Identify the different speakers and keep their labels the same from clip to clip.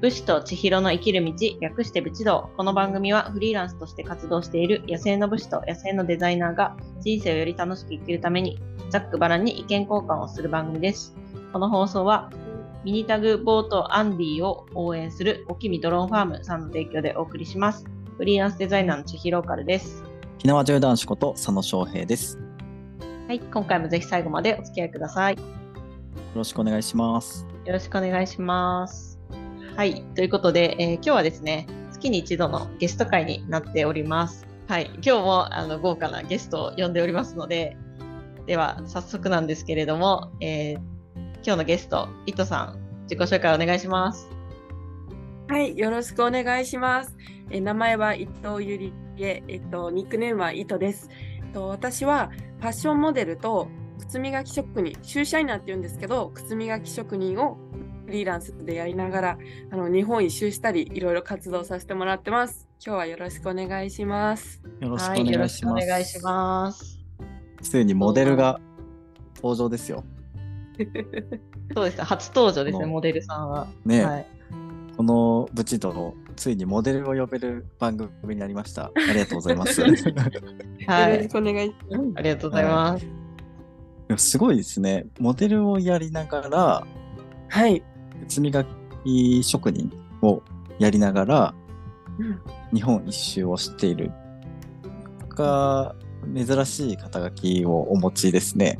Speaker 1: 武士と千尋の生きる道、略して武士道。この番組はフリーランスとして活動している野生の武士と野生のデザイナーが人生をより楽しく生きるためにざっくばらんに意見交換をする番組です。この放送はミニタグボートアンディを応援するおきみドローンファームさんの提供でお送りします。フリーランスデザイナーの千尋カルです。
Speaker 2: ひなわじゅう男子こと佐野翔平です。よ
Speaker 1: はい、今回もぜひ最後までお付き合いください。
Speaker 2: ろしくお願いします。
Speaker 1: よろしくお願いします。はい、ということで、えー今日はですね、月に一度のゲスト会になっております。はい、今日もあの豪華なゲストを呼んでおりますので、では早速なんですけれども、えー今日のゲスト、伊藤さん、自己紹介お願いします。
Speaker 3: はい、よろしくお願いします。え名前は伊藤ゆりえ、えっとニックネームは糸です。えっと私はファッションモデルと靴磨き職人、シューシャイナーって言うんですけど、靴磨き職人をフリーランスでやりながら、あの日本一周したり、いろいろ活動させてもらってます。今日はよろしくお願いします。
Speaker 2: よろしくお
Speaker 1: はい、よ
Speaker 2: 願
Speaker 1: ろ
Speaker 2: い
Speaker 1: し
Speaker 2: し
Speaker 1: くお
Speaker 2: ます。
Speaker 1: 願いします。
Speaker 2: ついにモデルが登場ですよ。
Speaker 1: そうですね、初登場ですね、
Speaker 2: この
Speaker 1: モデルさんは。
Speaker 2: ねえ、
Speaker 1: はい、
Speaker 2: このブチとのついにモデルを呼べる番組になりました。ありがとうございます。
Speaker 1: は
Speaker 3: よろし
Speaker 1: い、
Speaker 3: くお願いします。
Speaker 1: ありがとうございます。
Speaker 2: すごいですね。モデルをやりながら、
Speaker 3: はい。
Speaker 2: 靴磨き職人をやりながら、
Speaker 3: うん
Speaker 2: 日本一周をしている。が珍しい肩書きをお持ちですね。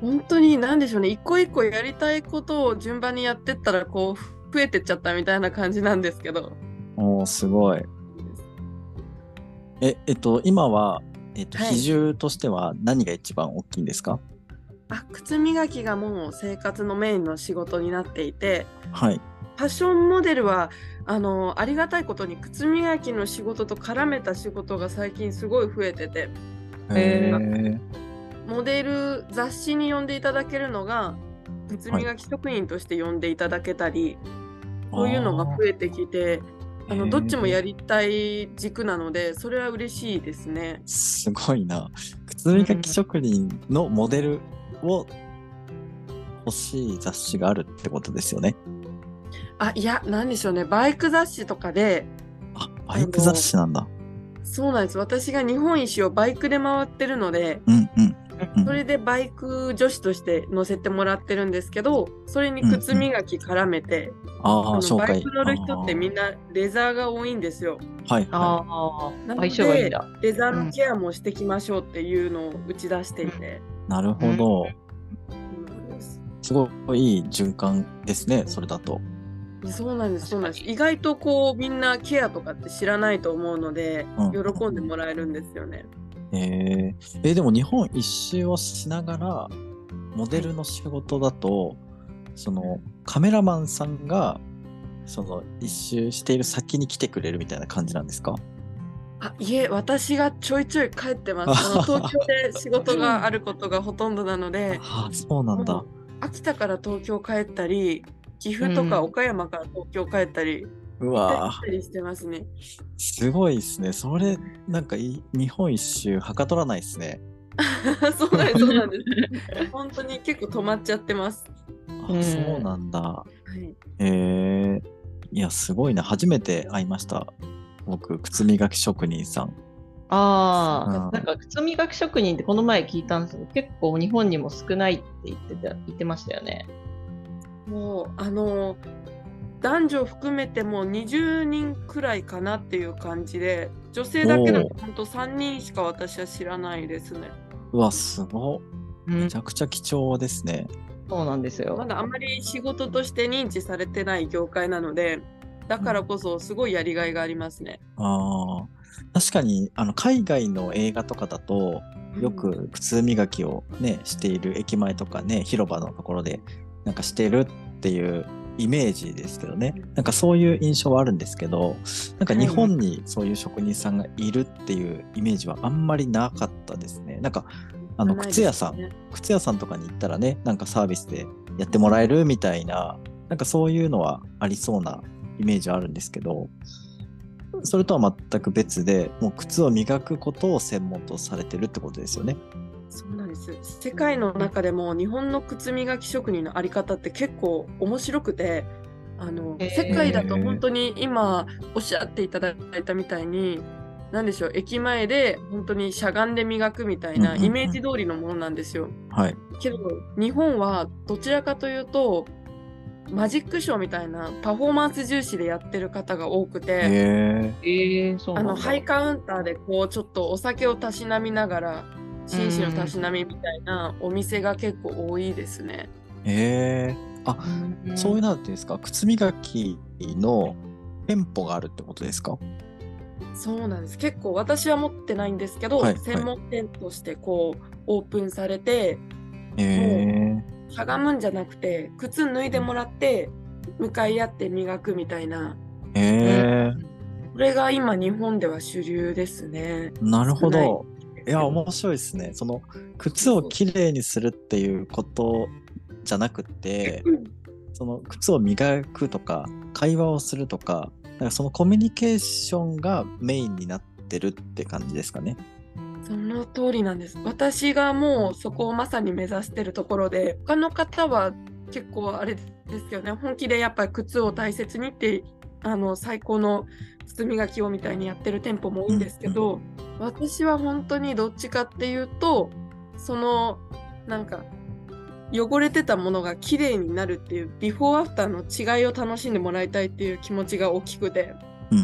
Speaker 3: 本当に何でしょうね一個一個やりたいことを順番にやってったらこう増えてっちゃったみたいな感じなんですけど
Speaker 2: おー、すごい。え、えっと、今は、えっと、
Speaker 3: はい
Speaker 2: 比重としては何が一番大きいんですか
Speaker 3: あ靴磨きがもう生活のメインの仕事になっていて
Speaker 2: はい。
Speaker 3: ファッションモデルはあのありがたいことに靴磨きの仕事と絡めた仕事が最近すごい増えてて
Speaker 1: へ
Speaker 3: モデル雑誌に呼んでいただけるのが靴磨き職員として呼んでいただけたり、そういうのが増えてきてあのどっちもや
Speaker 2: り。
Speaker 3: りたい軸なのでそれは嬉しいですね。
Speaker 2: すごいな。靴磨き職人のモデルを欲しい雑誌があるってことですよね。
Speaker 3: あいや何でしょうねバイク雑誌とかで
Speaker 2: あ、バイク雑誌なんだ。
Speaker 3: そうなんです私が日本一周をバイクで回ってるので
Speaker 2: うんうん。うん
Speaker 3: それでバイク女子として乗せてもらってるんですけどそれに靴磨き絡めて、
Speaker 2: ああ、
Speaker 3: あの
Speaker 2: 紹
Speaker 3: バ
Speaker 2: 介
Speaker 3: イ。ク乗る人ってみんなレザーが多いんですよ。
Speaker 2: あーはいは
Speaker 1: ああ
Speaker 3: な、
Speaker 1: 相
Speaker 3: ので
Speaker 1: 性がいいんだ。
Speaker 3: レザーのケアもしてきましょうっていうのを打ち出していて。
Speaker 2: い。なるほど。
Speaker 3: そうなんです
Speaker 2: すごいいい循環ですね、それだと。
Speaker 3: そうなんですそうなん
Speaker 1: 確
Speaker 3: です
Speaker 1: かに
Speaker 3: 意外とこうみんなケアとかって知らないと思うので、
Speaker 2: うん
Speaker 3: 喜んでもらえるんですよね。
Speaker 2: へええでも日本一周をしながらモデルの仕事だとそのカメラマンさんがその一周している先に来てくれるみたいな感じなんですか
Speaker 3: あいえ私がちょいちょい帰ってま すあの東京で仕事があることがほとんどなので
Speaker 2: ああそうなんだ
Speaker 3: もう秋田から東京帰ったり岐阜とか
Speaker 1: うん
Speaker 3: 岡山から東京帰ったり、
Speaker 2: う
Speaker 3: 行っ
Speaker 2: わ
Speaker 3: たりしてますね。
Speaker 2: ーすごいですねそれなんかい日本一周はかどらないですね
Speaker 3: そうなんです、そうなんです。本当に結構止まっちゃってます。
Speaker 2: あ、
Speaker 1: うん
Speaker 2: そうなんだ
Speaker 3: はい、
Speaker 2: へえいやすごいな初めて会いました僕靴磨き職人さん
Speaker 1: あ
Speaker 2: うん
Speaker 1: あ、なんか靴磨き職人ってこの前聞いたんですけど、結構日本にも少ないって言ってた言ってましたよね。
Speaker 3: もう、あの、男女含めてもう20人くらいかなっていう感じで、女性だけでも
Speaker 2: お
Speaker 3: 本当3人しか私は知らないですね。
Speaker 2: うわすごっ
Speaker 1: うん
Speaker 2: めち、ゃくちゃ貴重ですね
Speaker 1: そうなんですよ。
Speaker 3: まだあまり仕事として認知されてない業界なので、だからこそすごいやりがいがありますね。
Speaker 2: ああ、確かにあの海外の映画とかだとよ
Speaker 3: うん
Speaker 2: く靴磨きをねしている駅前とかね広場のところでなんかしてるっていうイメージですけどねなんかそういう印象はあるんですけどなんか日本にそういう職人さんがいるっていうイメージはあんまりなかったですねなんかあの
Speaker 3: ないで
Speaker 2: 靴
Speaker 3: す
Speaker 2: 屋さん
Speaker 3: ね
Speaker 2: 靴屋さんとかに行ったらねなんかサービスでやってもらえるみたいななんかそういうのはありそうなイメージはあるんですけどそれとは全く別でもう靴を磨くことを専門とされてるってことですよね。
Speaker 3: そうなんです世界の中でも日本の靴磨き職人のあり方って結構面白くてあの、
Speaker 1: へー
Speaker 3: 世界だと本当に今おっしゃっていただいたみたいに何でしょう駅前で本当にしゃがんで磨くみたい
Speaker 2: うんう
Speaker 3: な
Speaker 2: んうん
Speaker 3: イメージ通りのものなんですよ。
Speaker 2: はい。
Speaker 3: けど日本はどちらかというとマジックショーみたいなパフォーマンス重視でやってる方が多くて。
Speaker 2: へ
Speaker 1: えー、そうな
Speaker 3: あ
Speaker 1: んだ。
Speaker 3: のハイカウンターでこうちょっとお酒をたしなみながら心身をたしなみみたいなお店が結構多いですね。
Speaker 2: え。へえ。
Speaker 1: うん
Speaker 2: そういうのっていうんですか、靴磨きの店舗があるってことですか。
Speaker 3: そうなんです結構私は持ってないんですけど、
Speaker 2: はい
Speaker 3: 専門店としてこうオープンされて
Speaker 2: へえ。
Speaker 3: しゃがむんじゃなくて靴脱いでもらって向かい合って磨くみたいな
Speaker 2: へえ。
Speaker 3: これが今日本では主流ですね。
Speaker 2: なるほ
Speaker 3: 少ない
Speaker 2: ど。いや、面白いですね。その靴をきれいにするっていうことじゃなくて、
Speaker 3: うん
Speaker 2: その靴を磨くとか、会話をするとか、なんかそのコミュニケーションがメインになってるって感じですかね。
Speaker 3: その通りなんです。私がもうそこをまさに目指してるところで、他の方は結構あれですよね、本気でやっぱり靴を大切にって、あの最高の靴磨きをみたいにやってる店舗も多いんですけど、私は本当にどっちかっていうと、そのなんか汚れてたものが綺麗になるっていうビフォーアフターの違いを楽しんでもらいたいっていう気持ちが大きくて。
Speaker 2: うん
Speaker 1: う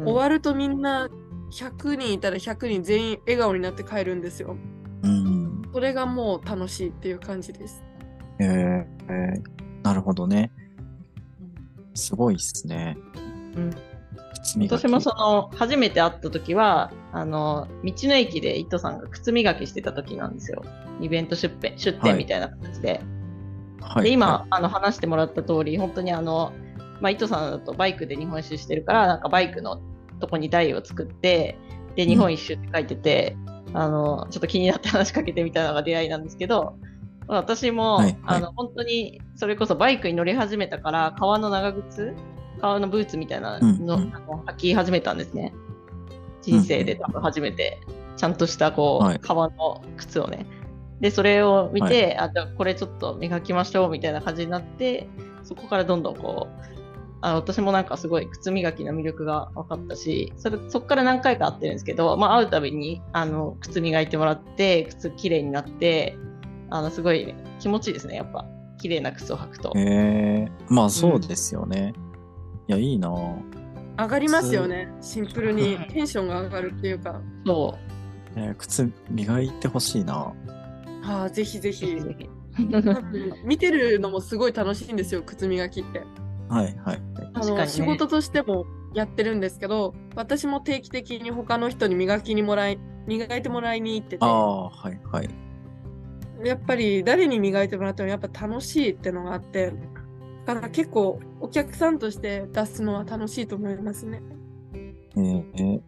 Speaker 1: ん
Speaker 3: 終わるとみんな100人いたら100人全員笑顔になって帰るんですよ。
Speaker 2: うん。うん。
Speaker 3: それがもう楽しいっていう感じです。
Speaker 2: へえなるほどね。すごいですね。
Speaker 1: うん
Speaker 2: 靴磨き
Speaker 1: 私もその初めて会った時はあの道の駅でイットさんが靴磨きしてた時なんですよイベント出店出
Speaker 2: はい
Speaker 1: 店みたいな形で、
Speaker 2: はい
Speaker 1: で今、、あの話してもらった通り本当にあの、まあ、イットさんだとバイクで日本一周してるからなんかバイクのとこに台を作ってで日本一周って書いてて、あのちょっと気になって話しかけてみたいなのが出会いなんですけどまあ私も、
Speaker 2: はいはい
Speaker 1: あの本当にそれこそバイクに乗り始めたから革の長靴革のブーツみたいなの,、
Speaker 2: うんうん
Speaker 1: あの履き始めたんですね人生で多分初めてちゃんとしたこう、
Speaker 2: はい
Speaker 1: 革の靴をねでそれを見て、あじゃあこれちょっと磨きましょうみたいな感じになってそこからどんどんこうあ私もなんかすごい靴磨きの魅力が分かったしそれそこから何回か会ってるんですけど、まあ、会うたびにあの靴磨いてもらって靴きれいになってあのすごい気持ちいいですねやっぱ綺麗な靴を履くと
Speaker 2: へ。えまあそうですよね。いや、いいなぁ
Speaker 3: 上がりますよね。シンプルに
Speaker 1: はい
Speaker 3: テンションが上がるっていうか、
Speaker 1: そ
Speaker 2: えー靴磨いてほしいな
Speaker 3: ああぜひぜ
Speaker 1: う
Speaker 3: ひ。多分見てるのもすごい楽しいんですよ、靴磨きって。
Speaker 2: はいはい。
Speaker 3: あ
Speaker 1: 確
Speaker 3: の
Speaker 1: かにね
Speaker 3: 仕事としてもやってるんですけど、私も定期的に他の人に磨きにもらい磨いてもらいに行ってて
Speaker 2: あ、あ、はいはい。
Speaker 3: やっぱり誰に磨いてもらってもやっぱ楽しいってのがあって、だから結構お客さんとして出すのは楽しいと思いますね。
Speaker 2: えーい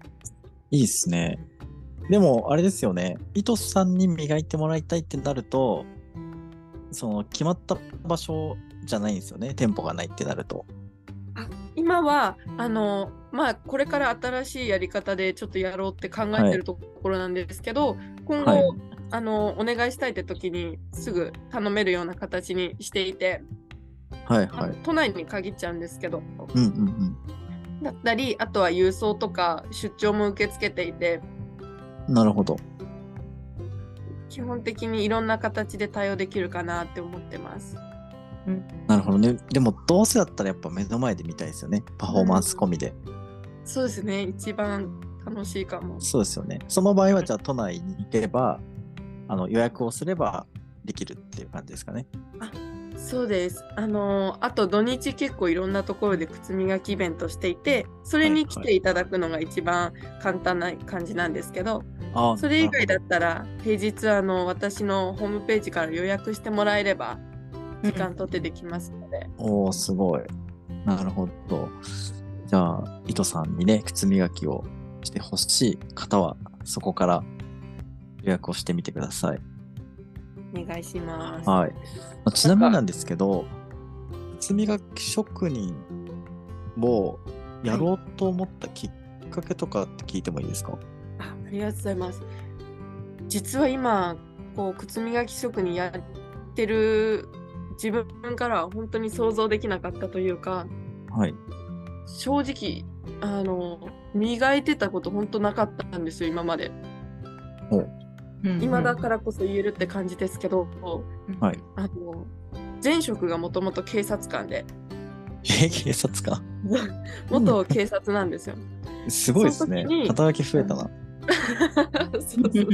Speaker 2: いですね。でも、あれですよね。イトさんに磨いてもらいたいってなると、その決まった場所じゃないんですよね。店舗がないってなると。
Speaker 3: 今はあのまあこれから新しいやり方でちょっとやろうって考えてるところなんですけど、今後、
Speaker 2: はい
Speaker 3: あのお願いしたいって時にすぐ頼めるような形にしていて、
Speaker 2: はい
Speaker 3: あ
Speaker 2: は
Speaker 3: の
Speaker 2: い。
Speaker 3: 都内に限っちゃうんですけど
Speaker 2: うんうんうん。
Speaker 3: だったりあとは郵送とか出張も受け付けていて
Speaker 2: なるほど。
Speaker 3: 基本的にいろんな形で対応できるかなって思ってます。
Speaker 2: なるほどね。でも、どうせだったらやっぱ目の前で見たいですよね。パフォーマンス込みで。
Speaker 3: そうですね一番楽しいかも。
Speaker 2: そうですよね。その場合は、じゃあ都内に行けば、あの予約をすればできるっていう感じですかね。
Speaker 3: そうです。あのあと土日結構いろんなところで靴磨きイベントしていて、それに来ていただくのが一番簡単な感じなんですけど、
Speaker 2: ああ、
Speaker 3: それ以外だ
Speaker 2: なる
Speaker 3: ったら平日あの私のホームページから予約してもらえれば時間取ってできますので、
Speaker 2: ほど。おお、すごい。なるほど。じゃあ、糸さんにね、靴磨きをしてほしい方は、そこから予約をしてみてください。
Speaker 3: お願いします。
Speaker 2: はい。まあちなみになんですけど、靴磨き職人をやろうと思ったきっかけとかって聞いてもいいですか
Speaker 3: あありがとうございます。実は今こう靴磨き職人やってる自分からは本当に想像できなかったというか
Speaker 2: はい。
Speaker 3: 正直あの磨いてたこと本当なかったんですよ今まで今だからこそ言えるって感じですけど、
Speaker 1: ら
Speaker 2: はい。
Speaker 3: あの前職がもともと警察官で
Speaker 2: え、警察官
Speaker 3: 元警察なんですよ。
Speaker 2: すごいですね
Speaker 3: その時。に
Speaker 2: 働き増えたな。
Speaker 3: そうそう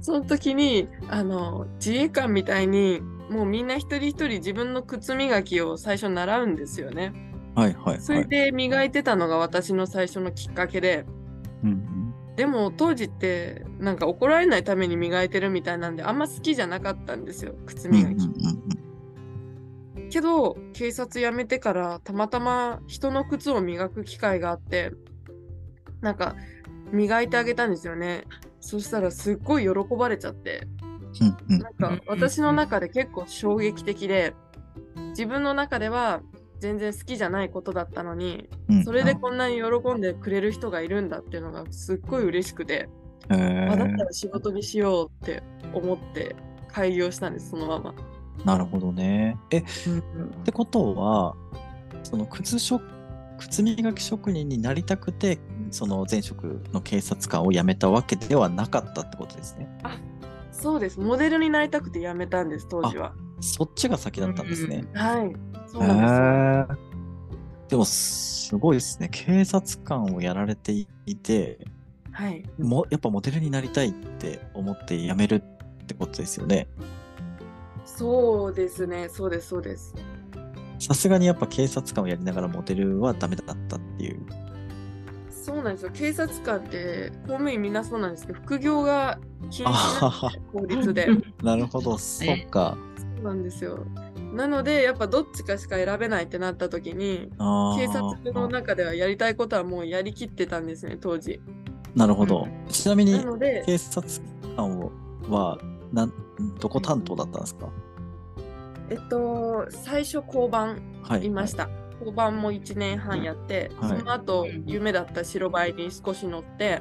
Speaker 3: その時にあの自衛官みたいにもうみんな一人一人自分の靴磨きを最初習うんですよね。
Speaker 2: はいはい
Speaker 3: そ
Speaker 2: は
Speaker 3: れ
Speaker 2: い。
Speaker 3: で磨いてたのが私の最初のきっかけで
Speaker 2: うん
Speaker 3: でも当時ってなんか怒られないために磨いてるみたいなんであんま好きじゃなかったんですよ靴
Speaker 2: うんうんう
Speaker 3: 磨
Speaker 2: ん
Speaker 3: き。けど警察辞めてからたまたま人の靴を磨く機会があってなんか磨いてあげたんですよねそしたらすっごい喜ばれちゃって
Speaker 2: うんうん
Speaker 3: なんか私の中で結構衝撃的で自分の中では全然好きじゃないことだったのに
Speaker 2: うん
Speaker 3: それでこんなに喜んでくれる人がいるんだっていうのがすっごい嬉しくて、
Speaker 2: へ
Speaker 3: あだっ
Speaker 2: ー
Speaker 3: たら仕事にしようって思って開業したんですそのまま。
Speaker 2: なるほどね。え、ってことはその靴職靴磨き職人になりたくてその前職の警察官を辞めたわけではなかったってことですね。
Speaker 3: そうですモデルになりたくて辞めたんです当時は。
Speaker 2: そっちが先だったんですね。
Speaker 3: はい、そう
Speaker 2: へ
Speaker 3: なんで
Speaker 2: ーでもすごいですね。警察官をやられていて
Speaker 3: す。はい、
Speaker 2: もやっぱモデルになりたいって思って辞めるってことですよね。
Speaker 3: そうですね、そうです、そうです。
Speaker 2: さすがにやっぱ警察官をやりながらモデルはダメだったっていう。
Speaker 3: そうなんですよ、警察官って公務員みんなそうなんですけど、副業が禁止
Speaker 2: あは
Speaker 3: な
Speaker 2: は
Speaker 3: 法律 で。
Speaker 2: なるほど、そっか。
Speaker 3: そうなんですよ。なので、やっぱどっちかしか選べないってなった時に、
Speaker 2: あー
Speaker 3: 警察の中ではやりたいことはもうやりきってたんですね、当時。
Speaker 2: なるほど。ちなみに
Speaker 3: なので、
Speaker 2: 警察官をはなんどこ担当だったんですか
Speaker 3: えっと、最初交番
Speaker 2: はい。
Speaker 3: いました。交番も1年半やって、
Speaker 2: はい
Speaker 3: その後
Speaker 1: うん
Speaker 3: 夢だった白バイに少し乗って、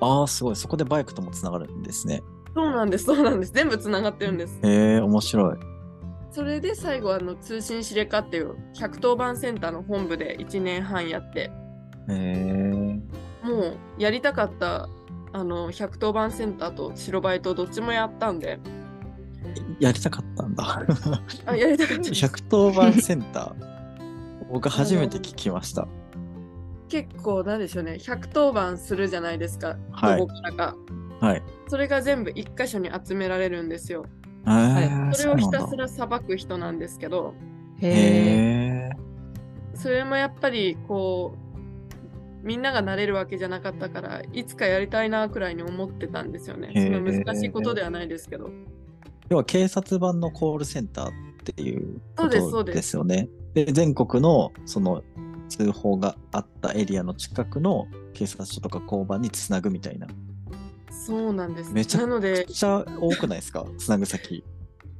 Speaker 2: ああ、すごい。そこでバイクともつながるんですね。
Speaker 3: そうなんです、そうなんです、全部つながってるんです。
Speaker 2: へえ、面白い。
Speaker 3: それで最後あの通信指令課っていう110番センターの本部で1年半やっ
Speaker 2: へ
Speaker 3: て
Speaker 2: え。
Speaker 3: もうやりたかったあの110番センターと白バイとどっちもやったんで
Speaker 2: やりたかったんだ。
Speaker 3: あやりたかったです
Speaker 2: 110番センター。僕初めて聞きました。
Speaker 3: 結構なんでしょうね110番するじゃないですか
Speaker 2: はい
Speaker 3: どこからか
Speaker 2: はい。
Speaker 3: それが全部1箇所に集められるんですよ
Speaker 2: は
Speaker 3: それをひたす
Speaker 2: ら。
Speaker 3: ら裁く人なんですけど
Speaker 2: へ
Speaker 1: へえ。
Speaker 2: え。
Speaker 3: それもやっぱりこうみんながなれるわけじゃなかったからいつかやりたいなくらいに思ってたんですよね。
Speaker 2: へ
Speaker 3: そ
Speaker 2: ー
Speaker 3: んな難しいことではないですけど。
Speaker 2: 要は警察版のコールセンターっていう
Speaker 3: そうです
Speaker 2: こ
Speaker 3: そ
Speaker 2: と
Speaker 3: うです
Speaker 2: ですよね。で全国のその通報があったエリアの近くの警察署とか交番につなぐみたいな。め
Speaker 3: そうなんです。
Speaker 2: めちゃ
Speaker 3: なので
Speaker 2: っちゃ多くないですかつなぐ 先。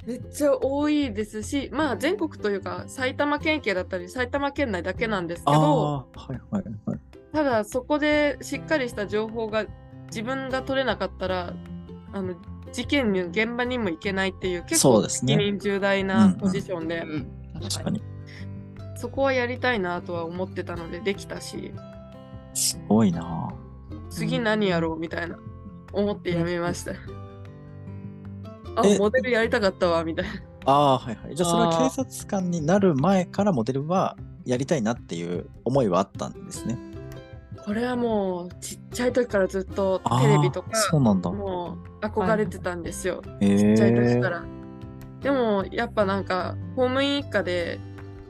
Speaker 3: めっちゃ多いですしまあ全国というか埼玉県警だったり埼玉県内だけなんですけど
Speaker 2: あー、はいはいはい。
Speaker 3: ただそこでしっかりした情報が自分が取れなかったらあの事件の現場にも行けないっていう結
Speaker 2: そ
Speaker 3: 構
Speaker 2: うですね
Speaker 3: 責任重大
Speaker 2: うん
Speaker 3: な
Speaker 2: うん
Speaker 3: ポジションで、
Speaker 2: 確かに。
Speaker 3: そこはやりたいなとは思ってたのでできたし。
Speaker 2: すごいな
Speaker 3: 次何やろうみたいな思ってやめました。あ
Speaker 2: え
Speaker 3: モデルやりたかったわみたいな。
Speaker 2: ああー、はいはい。じゃあそれ
Speaker 1: あ
Speaker 2: は
Speaker 1: ー
Speaker 2: 警察官になる前からモデルはやりたいなっていう思いはあったんですね。
Speaker 3: これはもうちっちゃい時からずっと
Speaker 2: あー
Speaker 3: テレビとか
Speaker 2: そうなんだ。
Speaker 3: もう憧れてたんですよ、
Speaker 2: へえ。
Speaker 3: ちっちゃい時から。でもやっぱなんか公務員一家で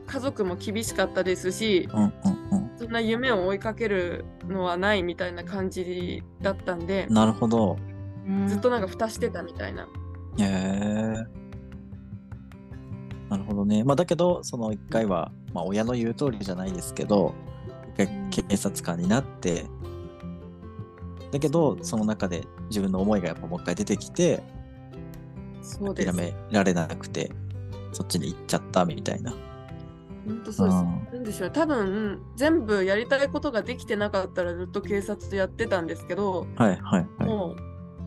Speaker 3: 家族も厳しかったですし
Speaker 2: うんうん
Speaker 3: そんな夢を追いかけるのはないみたいな感じだったんで
Speaker 2: うん。なるほど。
Speaker 3: ずっとなんか蓋してたみたいな。
Speaker 2: へえなるほどね。まあ、だけど、その一回は、まあ、親の言う通りじゃないですけど、一回警察官になって、だけど、その中で自分の思いがやっぱもう一回出てきて、
Speaker 3: そうで
Speaker 2: 諦
Speaker 3: す。
Speaker 2: められなくて、そっちに行っちゃったみたいな。
Speaker 3: 本当そうです
Speaker 2: あ。ー
Speaker 3: なんでしょう多分全部やりたいことができてなかったらずっと警察やってたんですけど、
Speaker 2: はいはいはい。
Speaker 3: もう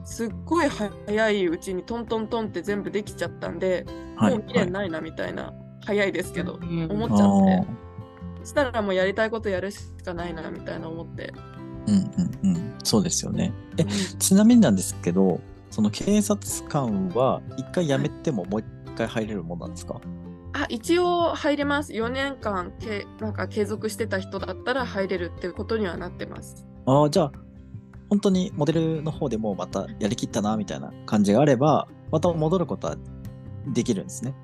Speaker 3: すっごい早いうちにトントントンって全部できちゃったんで、
Speaker 2: はい
Speaker 3: もう未練ないなみたいな、早いですけど、
Speaker 1: うん
Speaker 3: 思っちゃ
Speaker 2: は
Speaker 3: っ
Speaker 2: い
Speaker 3: て、そしたらもうやりたいことやるしかないなみたいな思って。
Speaker 2: あーうんうんうんそうですよねえちなみになんですけどその警察官は一回辞めてももう一回入れるもんなんですか
Speaker 3: あ一応入れます。4年間けなんか継続してた人だったら入れるっていうことにはなってます。
Speaker 2: ああじゃあ本当にモデルの方でもうまたやりきったなみたいな感じがあればまた戻ることはできるんですね。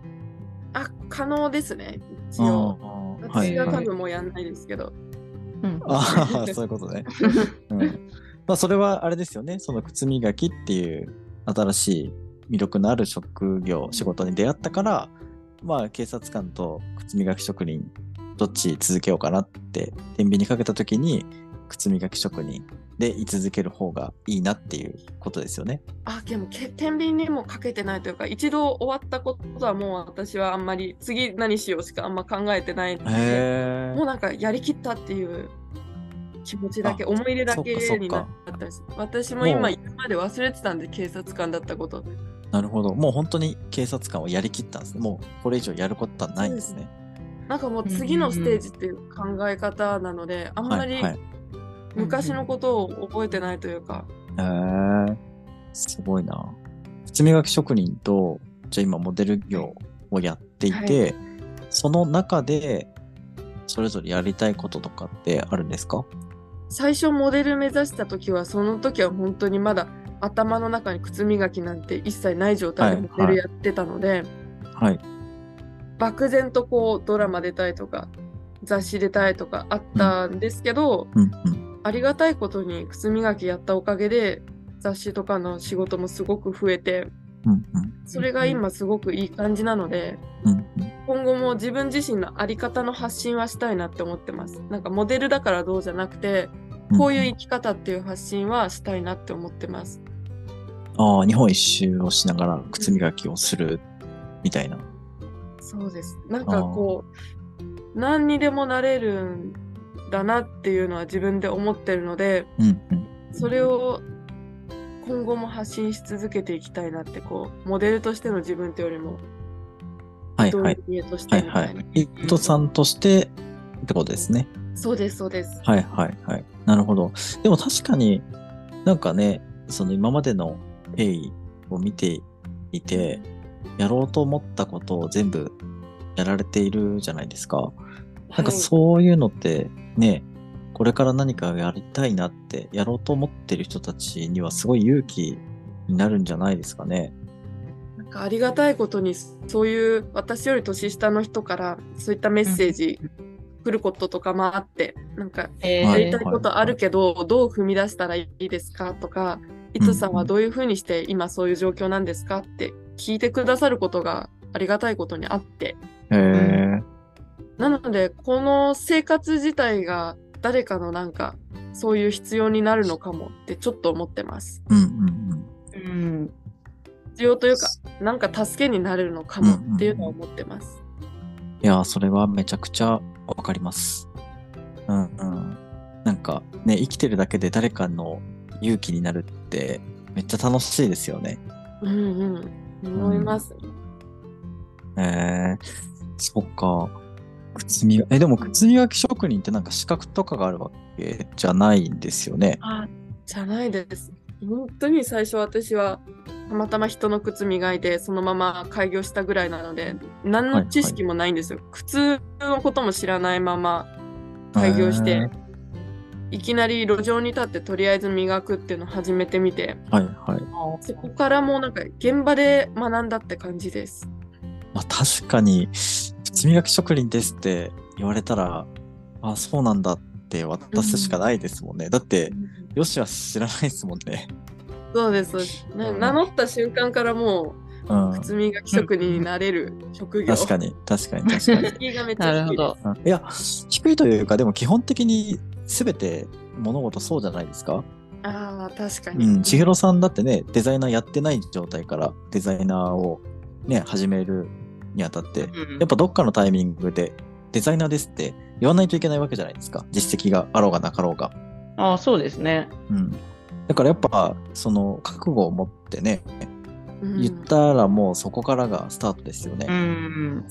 Speaker 3: あ可能ですね、一
Speaker 2: あ
Speaker 3: 応。
Speaker 2: ーはい
Speaker 3: 私は
Speaker 2: は
Speaker 3: 多
Speaker 2: い
Speaker 3: 分もうやんないですけど。
Speaker 1: うん
Speaker 2: ああそういうことね。うん、まあそれはあれですよねその靴磨きっていう新しい魅力のある職業仕事に出会ったからまあ警察官と靴磨き職人どっち続けようかなって天秤にかけた時に靴磨き職人で居続ける方がいいなっていうことですよね。
Speaker 3: あでもけ天秤にもかけてないというか一度終わったことはもう私はあんまり次何しようしかあんま考えてないので
Speaker 2: へ
Speaker 3: もうなんかやりきったっていう気持ちだけ
Speaker 2: あ
Speaker 3: 思い入れだけ
Speaker 2: そっかそっか
Speaker 3: になったんです私も
Speaker 2: も
Speaker 3: 今
Speaker 2: う
Speaker 3: 今まで忘れてたんで警察官だったこと
Speaker 2: なるほど。もう本当に警察官をやりきったんですね。もうこれ以上やることはないんですね。
Speaker 3: なんかもう次のステージっていう考え方なのであんま
Speaker 2: はい、
Speaker 3: り
Speaker 2: はい。
Speaker 3: 昔のことを覚えてないというか
Speaker 2: へーすごいな。靴磨き職人と、じゃあ今モデル業をやっていて、その中で、それぞれやりたいこととかってあるんですか
Speaker 3: 最初モデル目指した時はその時は本当にまだ頭の中に靴磨きなんて一切ない状態でモデルやってたので、
Speaker 2: はい。
Speaker 3: 漠然とこうドラマ出たいとか雑誌出たいとかあったんですけど、
Speaker 2: うんうん。
Speaker 3: ありがたいことに靴磨きやったおかげで雑誌とかの仕事もすごく増えて
Speaker 2: うんうん。
Speaker 3: それが今すごくいい感じなので、
Speaker 2: うん
Speaker 3: 今後も自分自身の在り方の発信はしたいなって思ってますなんかモデルだからどうじゃなくて
Speaker 2: うん、
Speaker 3: こういう生き方っていう発信はしたいなって思ってます
Speaker 2: ああ、日本一周をしながら靴磨きをするみたいな。
Speaker 3: そうです。なんかこう、何にでもなれるんだなっていうのは自分で思ってるので、
Speaker 2: うんうん。
Speaker 3: それを今後も発信し続けていきたいなって、こう、モデルとしての自分というよりも、
Speaker 2: はい
Speaker 3: 同
Speaker 2: はい。
Speaker 3: 家とし
Speaker 2: は
Speaker 3: て
Speaker 2: い
Speaker 3: み
Speaker 2: は
Speaker 3: たい
Speaker 2: い
Speaker 3: な。。
Speaker 2: 伊藤さんとしてってことですね。
Speaker 3: そうです、そうです。
Speaker 2: はいはいはい。なるほど。でも確かになんかね、その今までの経緯を見ていて、やろうと思ったことを全部やられているじゃないですか。なんかそういうのってね、これから何かやりたいなって、やろうと思ってる人たちにはすごい勇気になるんじゃないですかね。
Speaker 3: なんかありがたいことに、そういう私より年下の人から、そういったメッセージ来ることとかもあって、なんか
Speaker 1: え
Speaker 3: や
Speaker 2: は
Speaker 3: り
Speaker 1: ー
Speaker 3: たいことあるけど、どう踏み出したらいいですかとか、いつさんはどういうふうにして今そういう状況なんですかって聞いてくださることがありがたいことにあって、
Speaker 2: へえ。
Speaker 3: なので、この生活自体が誰かのなんか、そういう必要になるのかもってちょっと思ってます。
Speaker 2: うんうん
Speaker 1: うん
Speaker 3: 必要というか、なんか助けになれるのかもっていうのは思ってます。
Speaker 2: うん。いやー、それはめちゃくちゃわかります。うんうん。なんかね、生きてるだけで誰かの勇気になるってめっちゃ楽しいですよね。
Speaker 3: うんうん。思います。
Speaker 2: えー、そっか。靴磨え、でも靴磨き職人ってなんか資格とかがあるわけじゃないんですよね。
Speaker 3: あじゃないです。本当に最初私はたまたま人の靴磨いてそのまま開業したぐらいなので何の知識もないんですよ。靴のことも知らないまま開業して、
Speaker 2: えー
Speaker 3: いきなり路上に立ってとりあえず磨くっていうのを始めてみて
Speaker 2: はいはい。
Speaker 3: そこからもうなんか現場で学んだって感じです。
Speaker 2: まあ確かに、靴磨き職人ですって言われたら、あ、そうなんだって渡すしかないですもんね。だって、よしは知らないですもんね。
Speaker 3: そうですそうです。な名乗った瞬間からも
Speaker 2: う。
Speaker 3: うん靴磨き職人になれる職業。
Speaker 2: 確 かに、確かに、確かに。
Speaker 3: 敷居がめっち
Speaker 1: な
Speaker 3: ゃ
Speaker 1: る
Speaker 3: 低
Speaker 1: ほ
Speaker 3: いです
Speaker 1: ど。
Speaker 2: うんいや、低いというか、でも基本的に全て物事そうじゃないですか。
Speaker 3: ああ確か
Speaker 2: う
Speaker 3: に。
Speaker 2: ん、千尋さんだってね、デザイナーやってない状態からデザイナーをね、始めるにあたって、やっぱどっかのタイミングでデザイナーですって言わないといけないわけじゃないですか。実績があろうがなかろうが。
Speaker 1: ああ、そうですね。
Speaker 2: うん。だからやっぱその覚悟を持ってね
Speaker 3: うん
Speaker 2: 言ったらもうそこからがスタートですよね、
Speaker 1: うん。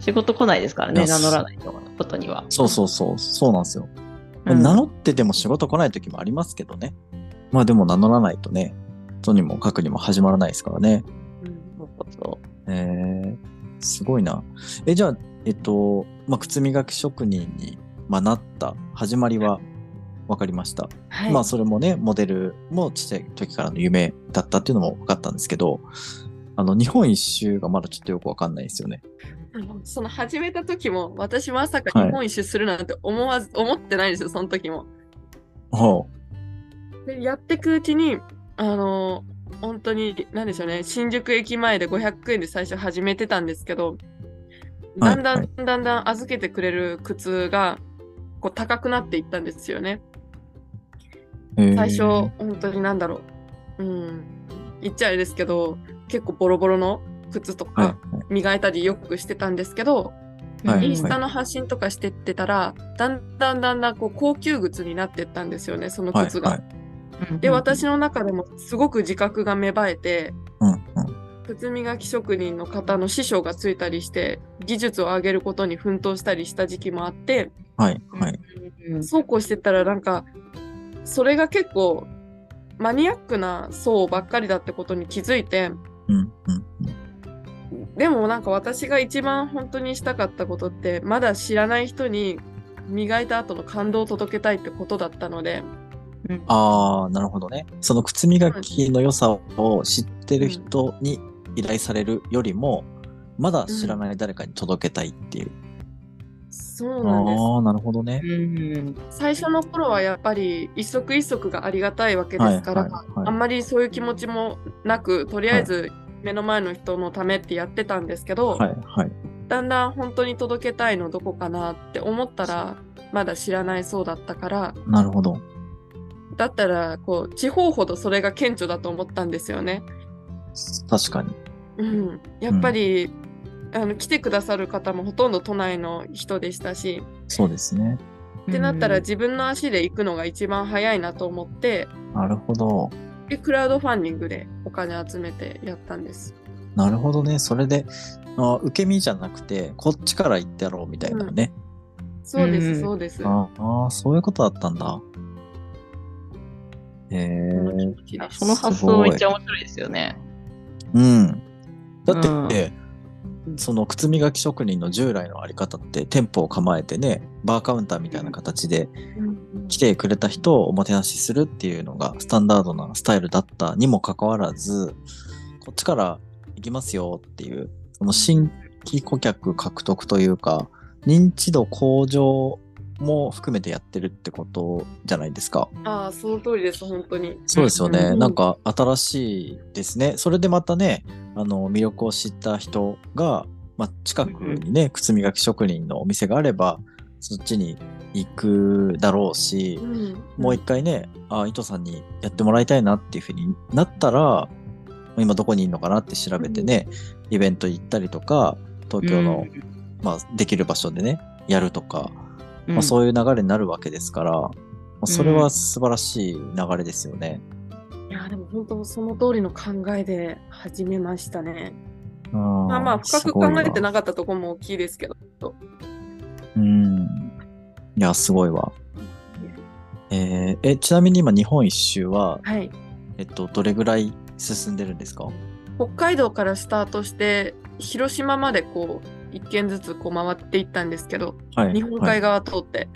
Speaker 1: 仕事来ないですからね、
Speaker 2: いや
Speaker 1: 名乗らないことには。
Speaker 2: そうそうそうそうなんですよ、
Speaker 1: うん
Speaker 2: 名乗ってても仕事来ない時もありますけどねまあでも名乗らないとねとにもかくにも始まらないですからね
Speaker 3: うん
Speaker 1: そうそ
Speaker 2: えー、すごいなえじゃあえっと、まあ、靴磨き職人に、まあ、なった始まりは分かりました
Speaker 3: はい
Speaker 2: まあそれもねモデルもちっちゃい時からの夢だったっていうのも分かったんですけどあの日本一周がまだちょっとよく分かんないですよね。
Speaker 3: その始めた時も私まさか日本一周するなんて思わず、思ってないんですよその時も。
Speaker 2: ほ
Speaker 3: でやってくうちにあの本当に何でしょうね新宿駅前で500円で最初始めてたんですけどだんだん、
Speaker 2: はい
Speaker 3: だんだん預けてくれる靴がこう高くなっていったんですよね。
Speaker 2: うへー
Speaker 3: 最初、本当に何だろう、うん、言っちゃあれですけど結構ボロボロの靴と
Speaker 2: はい
Speaker 3: か磨いたりよくしてたんですけ
Speaker 1: う。
Speaker 3: ど、
Speaker 2: はい
Speaker 3: インスタの発信とかしてってたら、だんだんだんだんこう高級靴になってったんですよねその
Speaker 2: はい
Speaker 3: 靴が。
Speaker 2: はい
Speaker 1: うん
Speaker 3: で私の中でもすごく自覚が芽生えて
Speaker 2: うんうん
Speaker 3: 靴磨き職人の方の師匠がついたりして技術を上げることに奮闘したりした時期もあって
Speaker 2: はいはい。
Speaker 1: うん
Speaker 3: そうこうしてたらなんかそれが結構マニアックな層ばっかりだってことに気づいて
Speaker 2: うんうん
Speaker 3: でもなんか私が一番本当にしたかったことってまだ知らない人に磨いた後の感動を届けたいってことだったので
Speaker 1: うん
Speaker 2: ああなるほどね。その靴磨きの良さを知ってる人に依頼されるよりもまだ知らない誰かに届けたいっていう。
Speaker 3: そうなんです
Speaker 2: ああなるほどね。
Speaker 1: うん
Speaker 3: 最初の頃はやっぱり一足一足がありがたいわけですから、
Speaker 2: はいはいはい
Speaker 3: あんまりそういう気持ちもなくとりあえず目の前の人のためってやってたんですけど、
Speaker 2: はいはい。
Speaker 3: だんだん本当に届けたいのどこかなって思ったらまだ知らないそうだったから
Speaker 2: なるほど。
Speaker 3: だったらこう地方ほどそれが顕著だと思ったんですよね。
Speaker 2: 確かに。
Speaker 3: うん、やっぱり、あの来てくださる方もほとんど都内の人でしたし
Speaker 2: そうですね。
Speaker 3: ってなったら
Speaker 1: うん
Speaker 3: 自分の足で行くのが一番早いなと思って
Speaker 2: なるほど。
Speaker 3: でクラウドファンディングでお金集めてやったんです。
Speaker 2: なるほどね。それで、あ受け身じゃなくて、こっちから行ってやろうみたいなね。
Speaker 3: そうで
Speaker 1: うん
Speaker 3: す、そうです。
Speaker 2: ああー、そういうことだったんだ。へえ
Speaker 3: その気持ちです
Speaker 1: その発想めっちゃ面白いですよね。
Speaker 2: うん。だって、
Speaker 1: うん
Speaker 2: その靴磨き職人の従来のあり方って、店舗を構えてね、バーカウンターみたいな形で
Speaker 3: うん
Speaker 2: 来てくれた人をおもてなしするっていうのがスタンダードなスタイルだったにもかかわらずこっちから行きますよっていうその新規顧客獲得というか認知度向上も含めてやってるってことじゃないですか。
Speaker 3: ああ、その通りです、本当に。
Speaker 2: そうですよね。
Speaker 3: うん
Speaker 2: なんか新しいですね。それでまたね、あの魅力を知った人が、まあ、近くにね、靴磨き職人のお店があれば、そっちに行くだろうし、
Speaker 3: うん
Speaker 2: もう一回ね、あ伊藤さんにやってもらいたいなっていうふうになったら、今どこにいるのかなって調べてね、イベント行ったったりとか、東京の、まあ、できる場所でね、やるとか、
Speaker 1: うん
Speaker 2: まあ、そういう流れになるわけですから、まあ、それは素晴らしい流れですよね。
Speaker 3: いや、でも本当、その通りの考えで始めましたね。
Speaker 2: ま
Speaker 3: まあまあ、深く考えてなかったところも大きいですけど。
Speaker 2: うん。いや、すごいわ。えーえ、ちなみに今、日本一周は、
Speaker 3: はい。
Speaker 2: えっと、どれぐらい進んでるんですか
Speaker 3: 北海道からスタートして、広島までこう、一軒ずつこう回っていったんですけど、
Speaker 2: はい
Speaker 3: 日本海
Speaker 2: が。
Speaker 3: 側通って、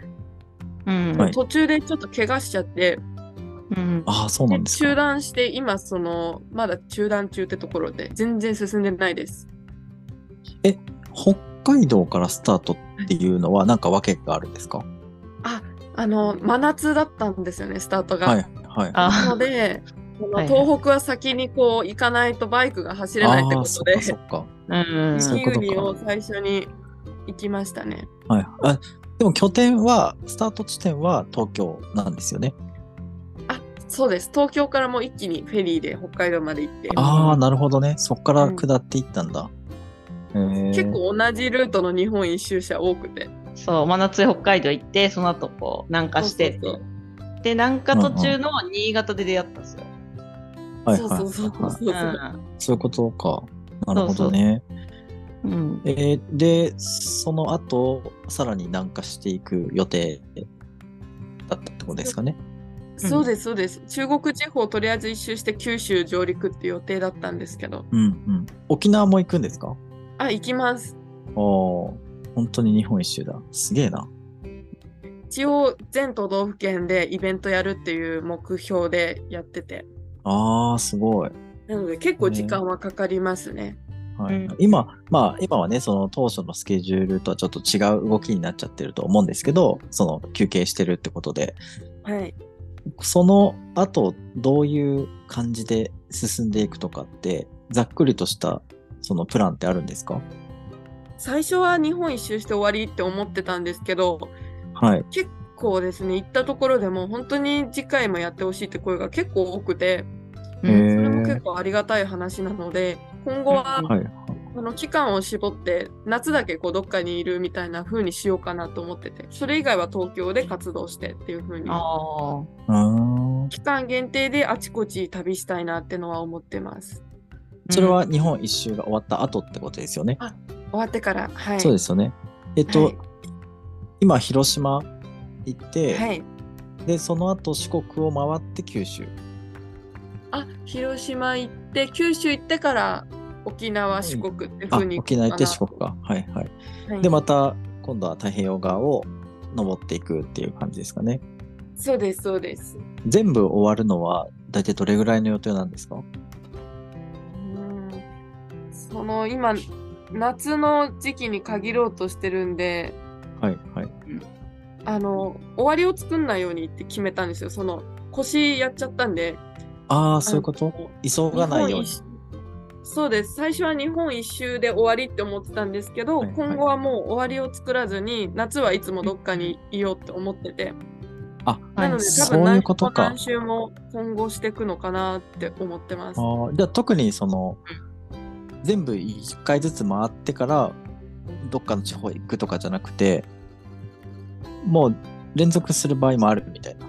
Speaker 1: うん
Speaker 2: はい
Speaker 3: 途中でちょっと怪我しちゃって、
Speaker 1: うん
Speaker 2: ああ、そうなんです
Speaker 3: 中
Speaker 2: か。
Speaker 3: 断して、今、その、まだ中断中ってところで、全然進んでないです。
Speaker 2: 北海道からスタートっていうのは、なんか訳があるんですか
Speaker 3: あの、真夏だったんですよね、スタートが。
Speaker 2: はい、はい。
Speaker 1: あ
Speaker 3: なので、この
Speaker 1: はいはい
Speaker 3: 東北は先にこう行かないとバイクが走れないって
Speaker 2: あ
Speaker 3: こ
Speaker 2: あ、
Speaker 3: と
Speaker 2: そっ
Speaker 3: で
Speaker 2: か、、そっか。
Speaker 1: うん
Speaker 2: そう
Speaker 3: 雪
Speaker 2: いうことか
Speaker 3: 国を最初に行きましたね。
Speaker 2: はい。あでも拠点は、スタート地点は東京なんですよね。
Speaker 3: あそうです、東京からもう一気にフェリーで北海道まで行って、
Speaker 2: ああ、なるほどね。そっから下っていったんだ。へー
Speaker 3: 結構同じルートの日本一周者多くて、
Speaker 1: そう真夏北海道行ってその後こう南下してって
Speaker 3: そうそう
Speaker 1: で、南下途中の新潟で出会ったんですよ。
Speaker 2: はい
Speaker 3: そう
Speaker 2: はい
Speaker 3: そうそうそう
Speaker 2: はい
Speaker 3: そう。
Speaker 2: そういうことか。なるほどね。
Speaker 1: うんうん
Speaker 2: えーで、その後、さらに南下していく予定だったってことですかね。
Speaker 3: そうです、そうです。中国地方をとりあえず一周して九州上陸っていう予定だったんですけど。
Speaker 2: うんうん。沖縄も行くんですか
Speaker 3: あ、行きます。
Speaker 2: おおー、本当に日本一周だ。すげえな。
Speaker 3: 一応、全都道府県でイベントやるっていう目標でやってて。
Speaker 2: ああ、すごい。
Speaker 3: なので結構時間はかかります
Speaker 2: はい
Speaker 3: ね。
Speaker 1: うん
Speaker 2: 今、まあ、今はね、その当初のスケジュールとはちょっと違う動きになっちゃってると思うんですけど、その休憩してるってことで、
Speaker 3: はい。
Speaker 2: その後、どういう感じで進んでいくとかって、ざっくりとした、そのプランってあるんですか
Speaker 3: 最初は日本一周して終わりって思ってたんですけど、
Speaker 2: はい。
Speaker 3: 結構ですね、行ったところでも本当に次回もやってほしいって声が結構多くて、
Speaker 1: うん
Speaker 2: へー
Speaker 3: それも結構ありがたい話なので、今後は
Speaker 2: はい。
Speaker 3: この期間を絞って夏だけこうどっかにいるみたいな風にしようかなと思っててそれ以外は東京で活動してっていう風に
Speaker 1: ああ。
Speaker 2: うーん。
Speaker 3: 期間限定であちこち旅したいなってのは思ってます
Speaker 2: それは日本一周が終わった後ってことですよね。
Speaker 3: 終わってからはい
Speaker 2: そうですよね。えっと、
Speaker 3: はい
Speaker 2: 今、広島行って、
Speaker 3: はい
Speaker 2: で、その後、四国を回って九州。
Speaker 3: あ広島行って九州行ってから沖縄四国って
Speaker 2: あ、
Speaker 3: 風に
Speaker 2: 沖縄行って四国か。はいはい。
Speaker 3: はい
Speaker 2: でまた今度は太平洋側を登っていくっていう感じですかね。
Speaker 3: そうですそうです
Speaker 2: 全部終わるのは大体どれぐらいの予定なんですか
Speaker 3: うんその今夏の時期に限ろうとしてるんで
Speaker 2: はいはい。
Speaker 3: あの終わりを作んないようにって決めたんですよその腰やっちゃったんで
Speaker 2: ああ、そういうこと急がないように。
Speaker 3: 日本一そうです最初は日本一周で終わりって思ってたんですけど、
Speaker 2: はいはい
Speaker 3: 今後はもう終わりを作らずに夏はいつもどっかにいようって思ってて、
Speaker 2: あ、
Speaker 3: なので多
Speaker 2: そう
Speaker 3: 分
Speaker 2: いう
Speaker 3: 何
Speaker 2: こと
Speaker 3: 週も
Speaker 2: か
Speaker 3: 何週も今後していくのかなって思ってます
Speaker 2: あーじゃあ特にその、全部一回ずつ回ってからどっかの地方行くとかじゃなくて、もう連続する場合もあるみたいな。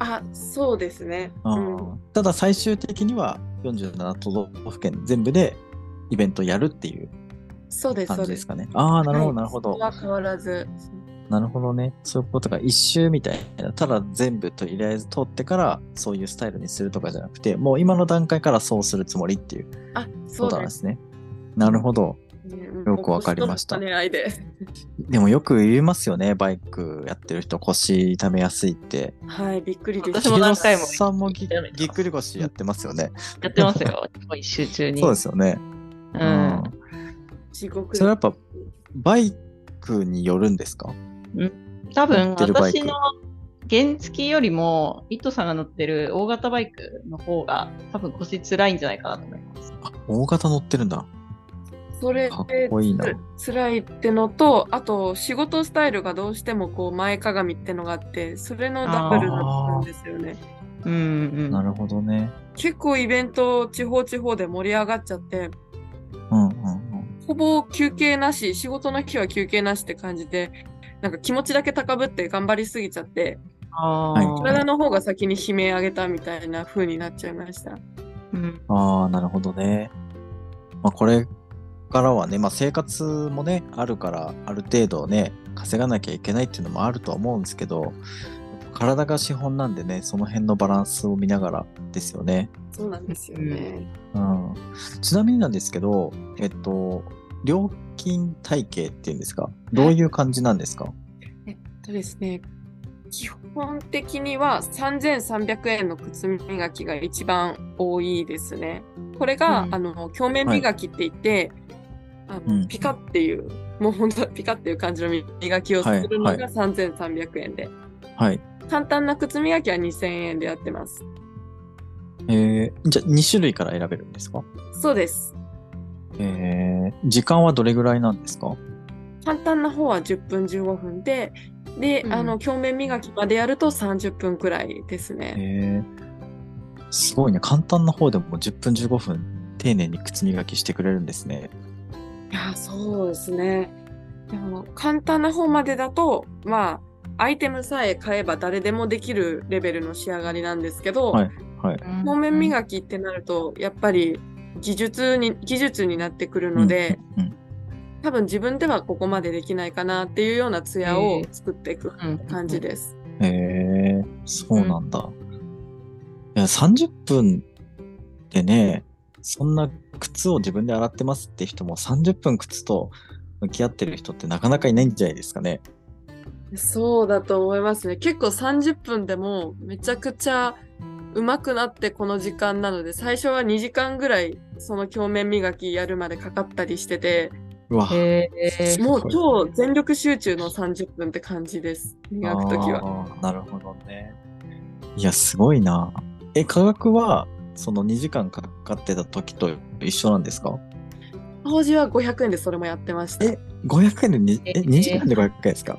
Speaker 3: あそうですね、
Speaker 2: あ
Speaker 3: う
Speaker 2: ー
Speaker 3: ん
Speaker 2: ただ最終的には47都道府県全部でイベントやるっていう
Speaker 3: そうですそ
Speaker 2: 感
Speaker 3: う
Speaker 2: じ
Speaker 3: で
Speaker 2: ですすかね。ああ、なるほど、
Speaker 3: はい
Speaker 2: なるほど
Speaker 3: そこ。は変わらず
Speaker 2: なるほどね。そういうことが一周みたいな。ただ全部とりあえず通ってからそういうスタイルにするとかじゃなくて、もう今の段階からそうするつもりっていう
Speaker 3: あそ
Speaker 2: こ
Speaker 3: う
Speaker 2: となん
Speaker 3: で
Speaker 2: ですすね。なるほど。
Speaker 3: ね
Speaker 2: よくわかりました
Speaker 3: もう腰との兼ね合いで
Speaker 2: でもよく言いますよね。バイクやってる人腰痛めやすいって。
Speaker 3: はいびっくりです
Speaker 1: 私も何回も
Speaker 2: ヒロさんもぎ
Speaker 1: 痛めてます
Speaker 2: ぎっくり腰やってますよね。
Speaker 1: やってますよ。日本一周中に。
Speaker 2: そうですよね。
Speaker 1: う。
Speaker 2: うん
Speaker 3: 地獄
Speaker 2: それはやっぱバイクによるんですか
Speaker 1: 多分
Speaker 2: 乗ってるバイク
Speaker 1: 私の原付きよりも、イットさんが乗ってる大型バイクの方が、多分腰辛いんじゃないかなと思います。
Speaker 2: あ、大型乗ってるんだ。
Speaker 3: それ
Speaker 2: かっ
Speaker 3: で
Speaker 2: こいいな。
Speaker 3: つ辛いってのとあと仕事スタイルがどうしてもこう前かがみってのがあってそれのダブルだったんですよね
Speaker 1: うんうん。
Speaker 2: なるほどね。
Speaker 3: 結構イベント地方地方で盛り上がっちゃって
Speaker 2: うんうんうん。
Speaker 3: ほぼ休憩なし仕事の日は休憩なしって感じでなんか気持ちだけ高ぶって頑張りすぎちゃって
Speaker 1: あ
Speaker 2: はい
Speaker 1: ー
Speaker 3: 体の方が先に悲鳴上げたみたいな風になっちゃいました
Speaker 1: うん
Speaker 2: ああ、なるほどね。まあ、これからはね、まあ、生活もね、あるから、ある程度ね、稼がなきゃいけないっていうのもあるとは思うんですけど、体が資本なんでね、その辺のバランスを見ながらですよね。
Speaker 3: そうなんですよね、
Speaker 2: うん。ちなみになんですけど、えっと、料金体系っていうんですか、どういう感じなんですか
Speaker 3: そうですね基本的には3300円の靴磨きが一番多いですね。これが、
Speaker 1: うん
Speaker 3: あの表面磨きって言って、あの
Speaker 2: うん
Speaker 3: ピカっていうもう本当はピカっていう感じの磨きをするの
Speaker 2: はいは
Speaker 3: が3300円で、
Speaker 2: はい。
Speaker 3: 簡単な靴磨きは2000円でやってます。
Speaker 2: えー、じゃあ2種類から選べるんですか
Speaker 3: そうです。
Speaker 2: えー、時間はどれぐらいなんですか
Speaker 3: 簡単な方は10分15分で、で、
Speaker 1: うん
Speaker 3: あの表面磨きまでやると30分くらいですね。
Speaker 2: へえすごいね。簡単な方でも10分15分丁寧に靴磨きしてくれるんですね。
Speaker 3: いや、そうですね。でも、簡単な方までだと、まあ、アイテムさえ買えば誰でもできるレベルの仕上がりなんですけど、
Speaker 2: はい
Speaker 3: 表面磨きってなるとやっぱり技術に技術になってくるので、
Speaker 2: うんうん
Speaker 3: 多分自分ではここまでできないかなっていうようなツヤを作っていく感じです。
Speaker 2: へえそうなんだ。いや、30分でね、そんな靴を自分で洗ってますって人も30分靴と向き合ってる人ってなかなかいないんじゃないですかね。
Speaker 3: そうだと思いますね。結構30分でもめちゃくちゃ上手くなってこの時間なので、最初は2時間ぐらいその表面磨きやるまでかかったりしてて、
Speaker 2: うわ、
Speaker 1: へ
Speaker 2: え
Speaker 1: え。
Speaker 3: もう超全力集中の30分って感じです。磨くときは。
Speaker 2: あーなるほどね。いや、すごいな。え、価格はその2時間かかってた時と一緒なんですか
Speaker 3: 当時は500円でそれもやってました。
Speaker 2: え ?500 円でに、え、
Speaker 1: えー
Speaker 2: 2時間で500円ですか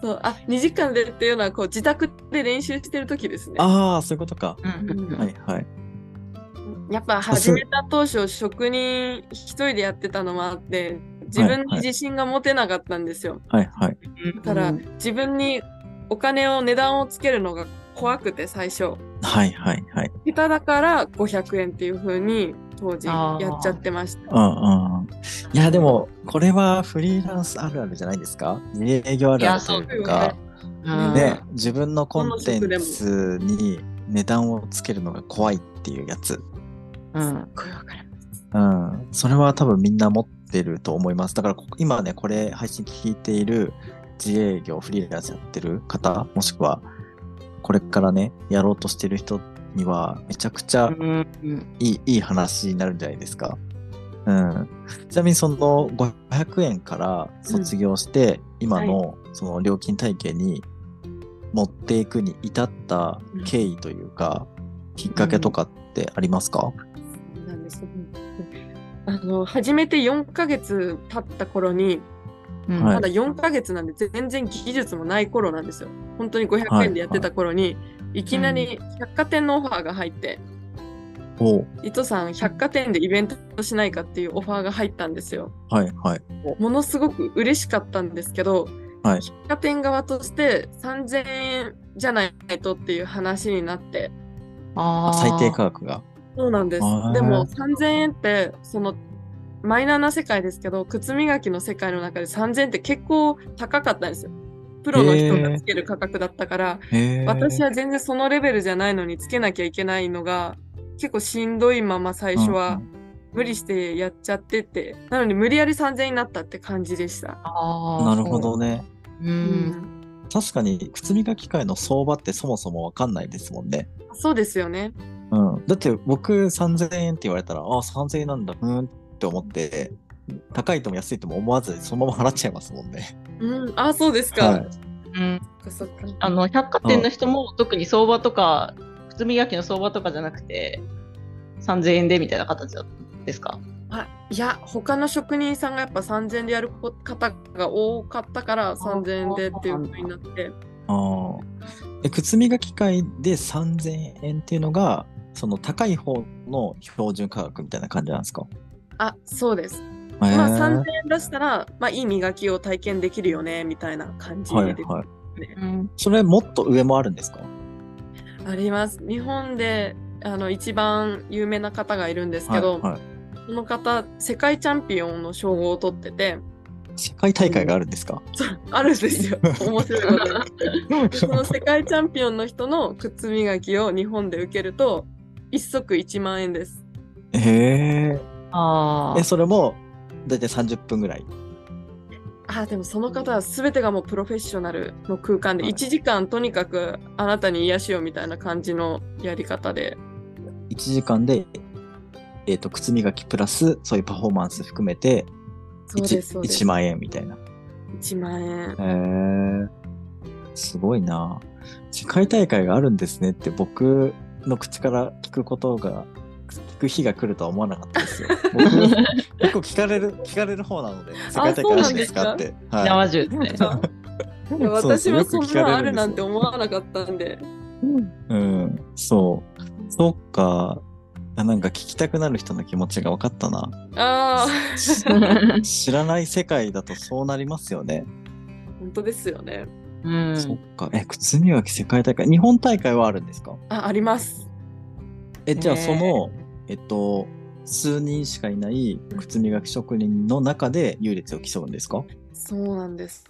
Speaker 3: そうあ2時間でっていうのはこう自宅で練習してるときですね。
Speaker 2: ああ、そういうことか。
Speaker 1: うんうんうん
Speaker 2: はいはい。
Speaker 3: やっぱ始めた当初職人一人でやってたのもあって自分に自信が持てなかったんですよ。
Speaker 2: はいはい。
Speaker 1: うん
Speaker 3: だから自分にお金を値段をつけるのが怖くて最初
Speaker 2: はいはいはい。
Speaker 3: 下手だから500円っていう風に当時やっちゃってました
Speaker 2: うんうんうん。いや、でも、これはフリーランスあるあるじゃないですか自営業あるあるという
Speaker 3: いや
Speaker 2: か
Speaker 3: そ、
Speaker 1: うん
Speaker 2: ね、自分のコンテンツに値段をつけるのが怖いっていうやつ。
Speaker 1: うん。
Speaker 3: これわかる
Speaker 2: うん。それは多分みんな持ってると思います。だから、こ今ね、これ配信聞いている自営業、フリーランスやってる方、もしくは、これからね、やろうとしてる人には、めちゃくちゃ
Speaker 1: うん
Speaker 2: いいいい話になるんじゃないですか。うん、ちなみにその500円から卒業して、今のその料金体系に持っていくに至った経緯というか、きっかけとかってありますか、
Speaker 3: なんですよあの始めて4ヶ月経った頃に
Speaker 1: うん
Speaker 2: はい
Speaker 3: まだ4ヶ月なんで全然技術もない頃なんですよ本当に500円でやってた頃にいきなり百貨店のオファーが入って
Speaker 2: おう
Speaker 3: 伊藤さん百貨店でイベントしないかっていうオファーが入ったんですよ
Speaker 2: はいはい。
Speaker 3: ものすごく嬉しかったんですけど、
Speaker 2: はい
Speaker 3: 百貨店側として3000円じゃないとっていう話になって
Speaker 1: あ
Speaker 2: あ
Speaker 1: ー
Speaker 2: 最低価格が。
Speaker 3: そうなんです
Speaker 2: あー
Speaker 3: でも3000円ってそのマイナーな世界ですけど靴磨きの世界の中で3000円って結構高かったんですよプロの人がつける価格だったから、
Speaker 2: へー
Speaker 3: 私は全然そのレベルじゃないのにつけなきゃいけないのが結構しんどいまま最初は無理してやっちゃってて、なのに無理やり3000円になったって感じでした。
Speaker 1: あ
Speaker 2: う
Speaker 1: ー
Speaker 2: んなるほど。ね。
Speaker 1: そうう。
Speaker 3: うん
Speaker 2: 確かに靴磨き界の相場ってそもそもわかんないですもんね。
Speaker 3: そうですよね。
Speaker 2: うん、だって僕3000円って言われたらあ3000円なんだうーんって思って高いとも安いとも思わずそのまま払っちゃいますもんね。
Speaker 3: うん、あ、そうですか。
Speaker 2: はい、
Speaker 1: うん
Speaker 3: そっかそっか
Speaker 1: あの百貨店の人も特に相場とか靴磨きの相場とかじゃなくて3000円でみたいな形だったんですか
Speaker 3: あいや、他の職人さんがやっぱ3000円でやる方が多かったから3000円でっていう風になって。
Speaker 2: あで靴磨き会で3000円っていうのがその高い方の標準価格みたいな感じなんですか、
Speaker 3: あ、そうです。
Speaker 2: へー
Speaker 3: まあ3000円出したら、まあいい磨きを体験できるよね、みたいな感じで。
Speaker 2: はいはい。
Speaker 1: うん
Speaker 2: それもっと上もあるんですか
Speaker 3: あります。日本であの一番有名な方がいるんですけ
Speaker 2: は
Speaker 3: ど、
Speaker 2: いはい、
Speaker 3: その方、世界チャンピオンの称号を取ってて、
Speaker 2: 世界大会があるんですか、
Speaker 3: そうあるんで すよ。面白いことに。でその世界チャンピオンの人の靴磨きを日本で受けると一足1万円です。
Speaker 2: へ
Speaker 1: あ
Speaker 2: ーえ
Speaker 1: あ。
Speaker 2: それも大体30分ぐらい。
Speaker 3: あーでもその方は全てがもうプロフェッショナルの空間で
Speaker 2: はい
Speaker 3: 1時間とにかくあなたに癒しをみたいな感じのやり方で
Speaker 2: 1時間で、えー、と靴磨きプラスそういうパフォーマンス含めて
Speaker 3: そうです
Speaker 2: 1,
Speaker 3: そうです
Speaker 2: 1万円みたいな。
Speaker 3: 1万円
Speaker 2: へえすごいな。世界大会があるんですねって僕の口から聞くことが聞く日が来るとは思わなかったですよ。 僕結構聞かれる聞かれる方なので世界大会あるんですかって。は
Speaker 1: 生中で すね。
Speaker 2: い
Speaker 3: いや私もそんなあるなんて
Speaker 2: 思
Speaker 3: 思わなかったんで
Speaker 2: うん、そう。そっか。あなんか聞きたくなる人の気持ちが分かったな。
Speaker 3: ああ
Speaker 2: 知らない世界だとそうなりますよね。
Speaker 3: 本当ですよね
Speaker 1: うん。
Speaker 2: そっか。え、靴磨き世界大会、日本大会はあるんですか
Speaker 3: あ、あります。
Speaker 2: え、じゃあ
Speaker 1: ねえ
Speaker 2: その、えっと、数人しかいない靴磨き職人の中で優劣を競うんですか
Speaker 3: そうなんです。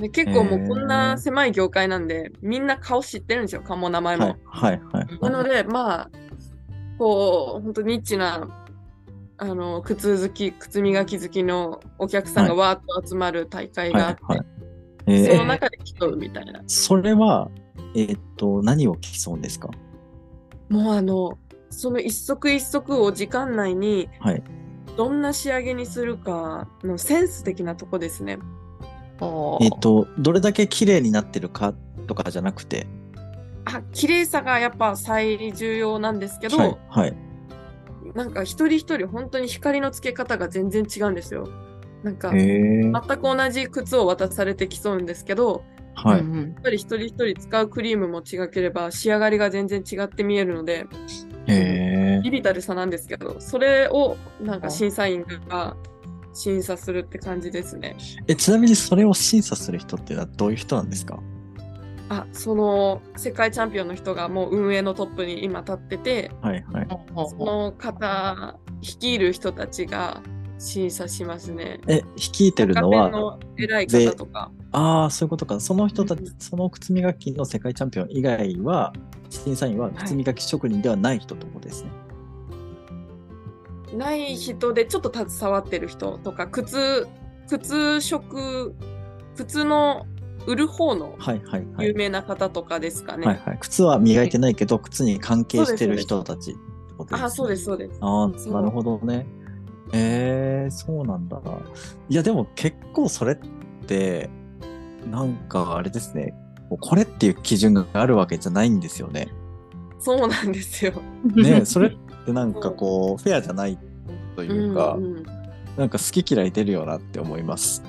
Speaker 3: で結構も
Speaker 2: へ
Speaker 3: う
Speaker 2: ー
Speaker 3: こんな狭い業界なんで、みんな顔知ってるんですよ、顔も名前も。
Speaker 2: はい、はい、はい。
Speaker 3: なので、まあ、こう、本当ニッチな、あの、靴好き、靴磨き好きのお客さんがわーっと集まる大会があって、
Speaker 2: はい、はい。えー
Speaker 3: そ
Speaker 2: え
Speaker 3: の中で競うみたいな。
Speaker 2: それは、えっと、何を競うんですか
Speaker 3: もうあの、その一足一足を時間内に、
Speaker 2: はい
Speaker 3: どんな仕上げにするかのセンス的なとこですね。
Speaker 1: おー
Speaker 2: えっと、どれだけ綺麗になってるかとかじゃなくて、
Speaker 3: あ、綺麗さがやっぱ最重要なんですけど、
Speaker 2: はい、はい。
Speaker 3: なんか一人一人本当に光のつけ方が全然違うんですよ。なんか
Speaker 2: へえ
Speaker 3: 全く同じ靴を渡されて競うんですけど、
Speaker 2: は
Speaker 1: う
Speaker 2: い。
Speaker 1: んうん
Speaker 3: やっぱり一人一人使うクリームも違ければ仕上がりが全然違って見えるので、
Speaker 2: へえ
Speaker 3: ビビたる差なんですけど、それをなんか審査員が審査するって感じですね。
Speaker 2: え、ちなみにそれを審査する人っていうのはどういう人なんですか
Speaker 3: あ、その世界チャンピオンの人がもう運営のトップに今立ってて、
Speaker 2: はい、はい。
Speaker 1: ほう
Speaker 3: そ
Speaker 1: ほうほう
Speaker 3: の方率いる人たちが審査しますね。
Speaker 2: え、率いてるの
Speaker 3: 若手
Speaker 2: は、
Speaker 3: の偉い方とか。
Speaker 2: ああ、そういうことか。その人たち
Speaker 3: うんう、
Speaker 2: その靴磨きの世界チャンピオン以外は、審査員は靴磨き職人ではない人ってことですね。
Speaker 3: ない人でちょっと携わってる人とか靴靴職靴の売る方の
Speaker 2: はい、はい、は
Speaker 3: 有
Speaker 2: い。
Speaker 3: 名な方とかですかね。
Speaker 2: はい、はい。靴は磨いてないけど、靴に関係してる人たちってことですね。
Speaker 3: あそうですそうです。
Speaker 2: ああ、
Speaker 3: そう
Speaker 2: なるほどね。えー、そうなんだ。いや、でも結構それって、なんかあれですね。もうこれっていう基準があるわけじゃないんですよ ね。
Speaker 3: そうなんで すよ。
Speaker 2: ねそれってなんかこう、フェアじゃないというか、
Speaker 3: うんうん
Speaker 2: なんか好き嫌い出るよなって思います。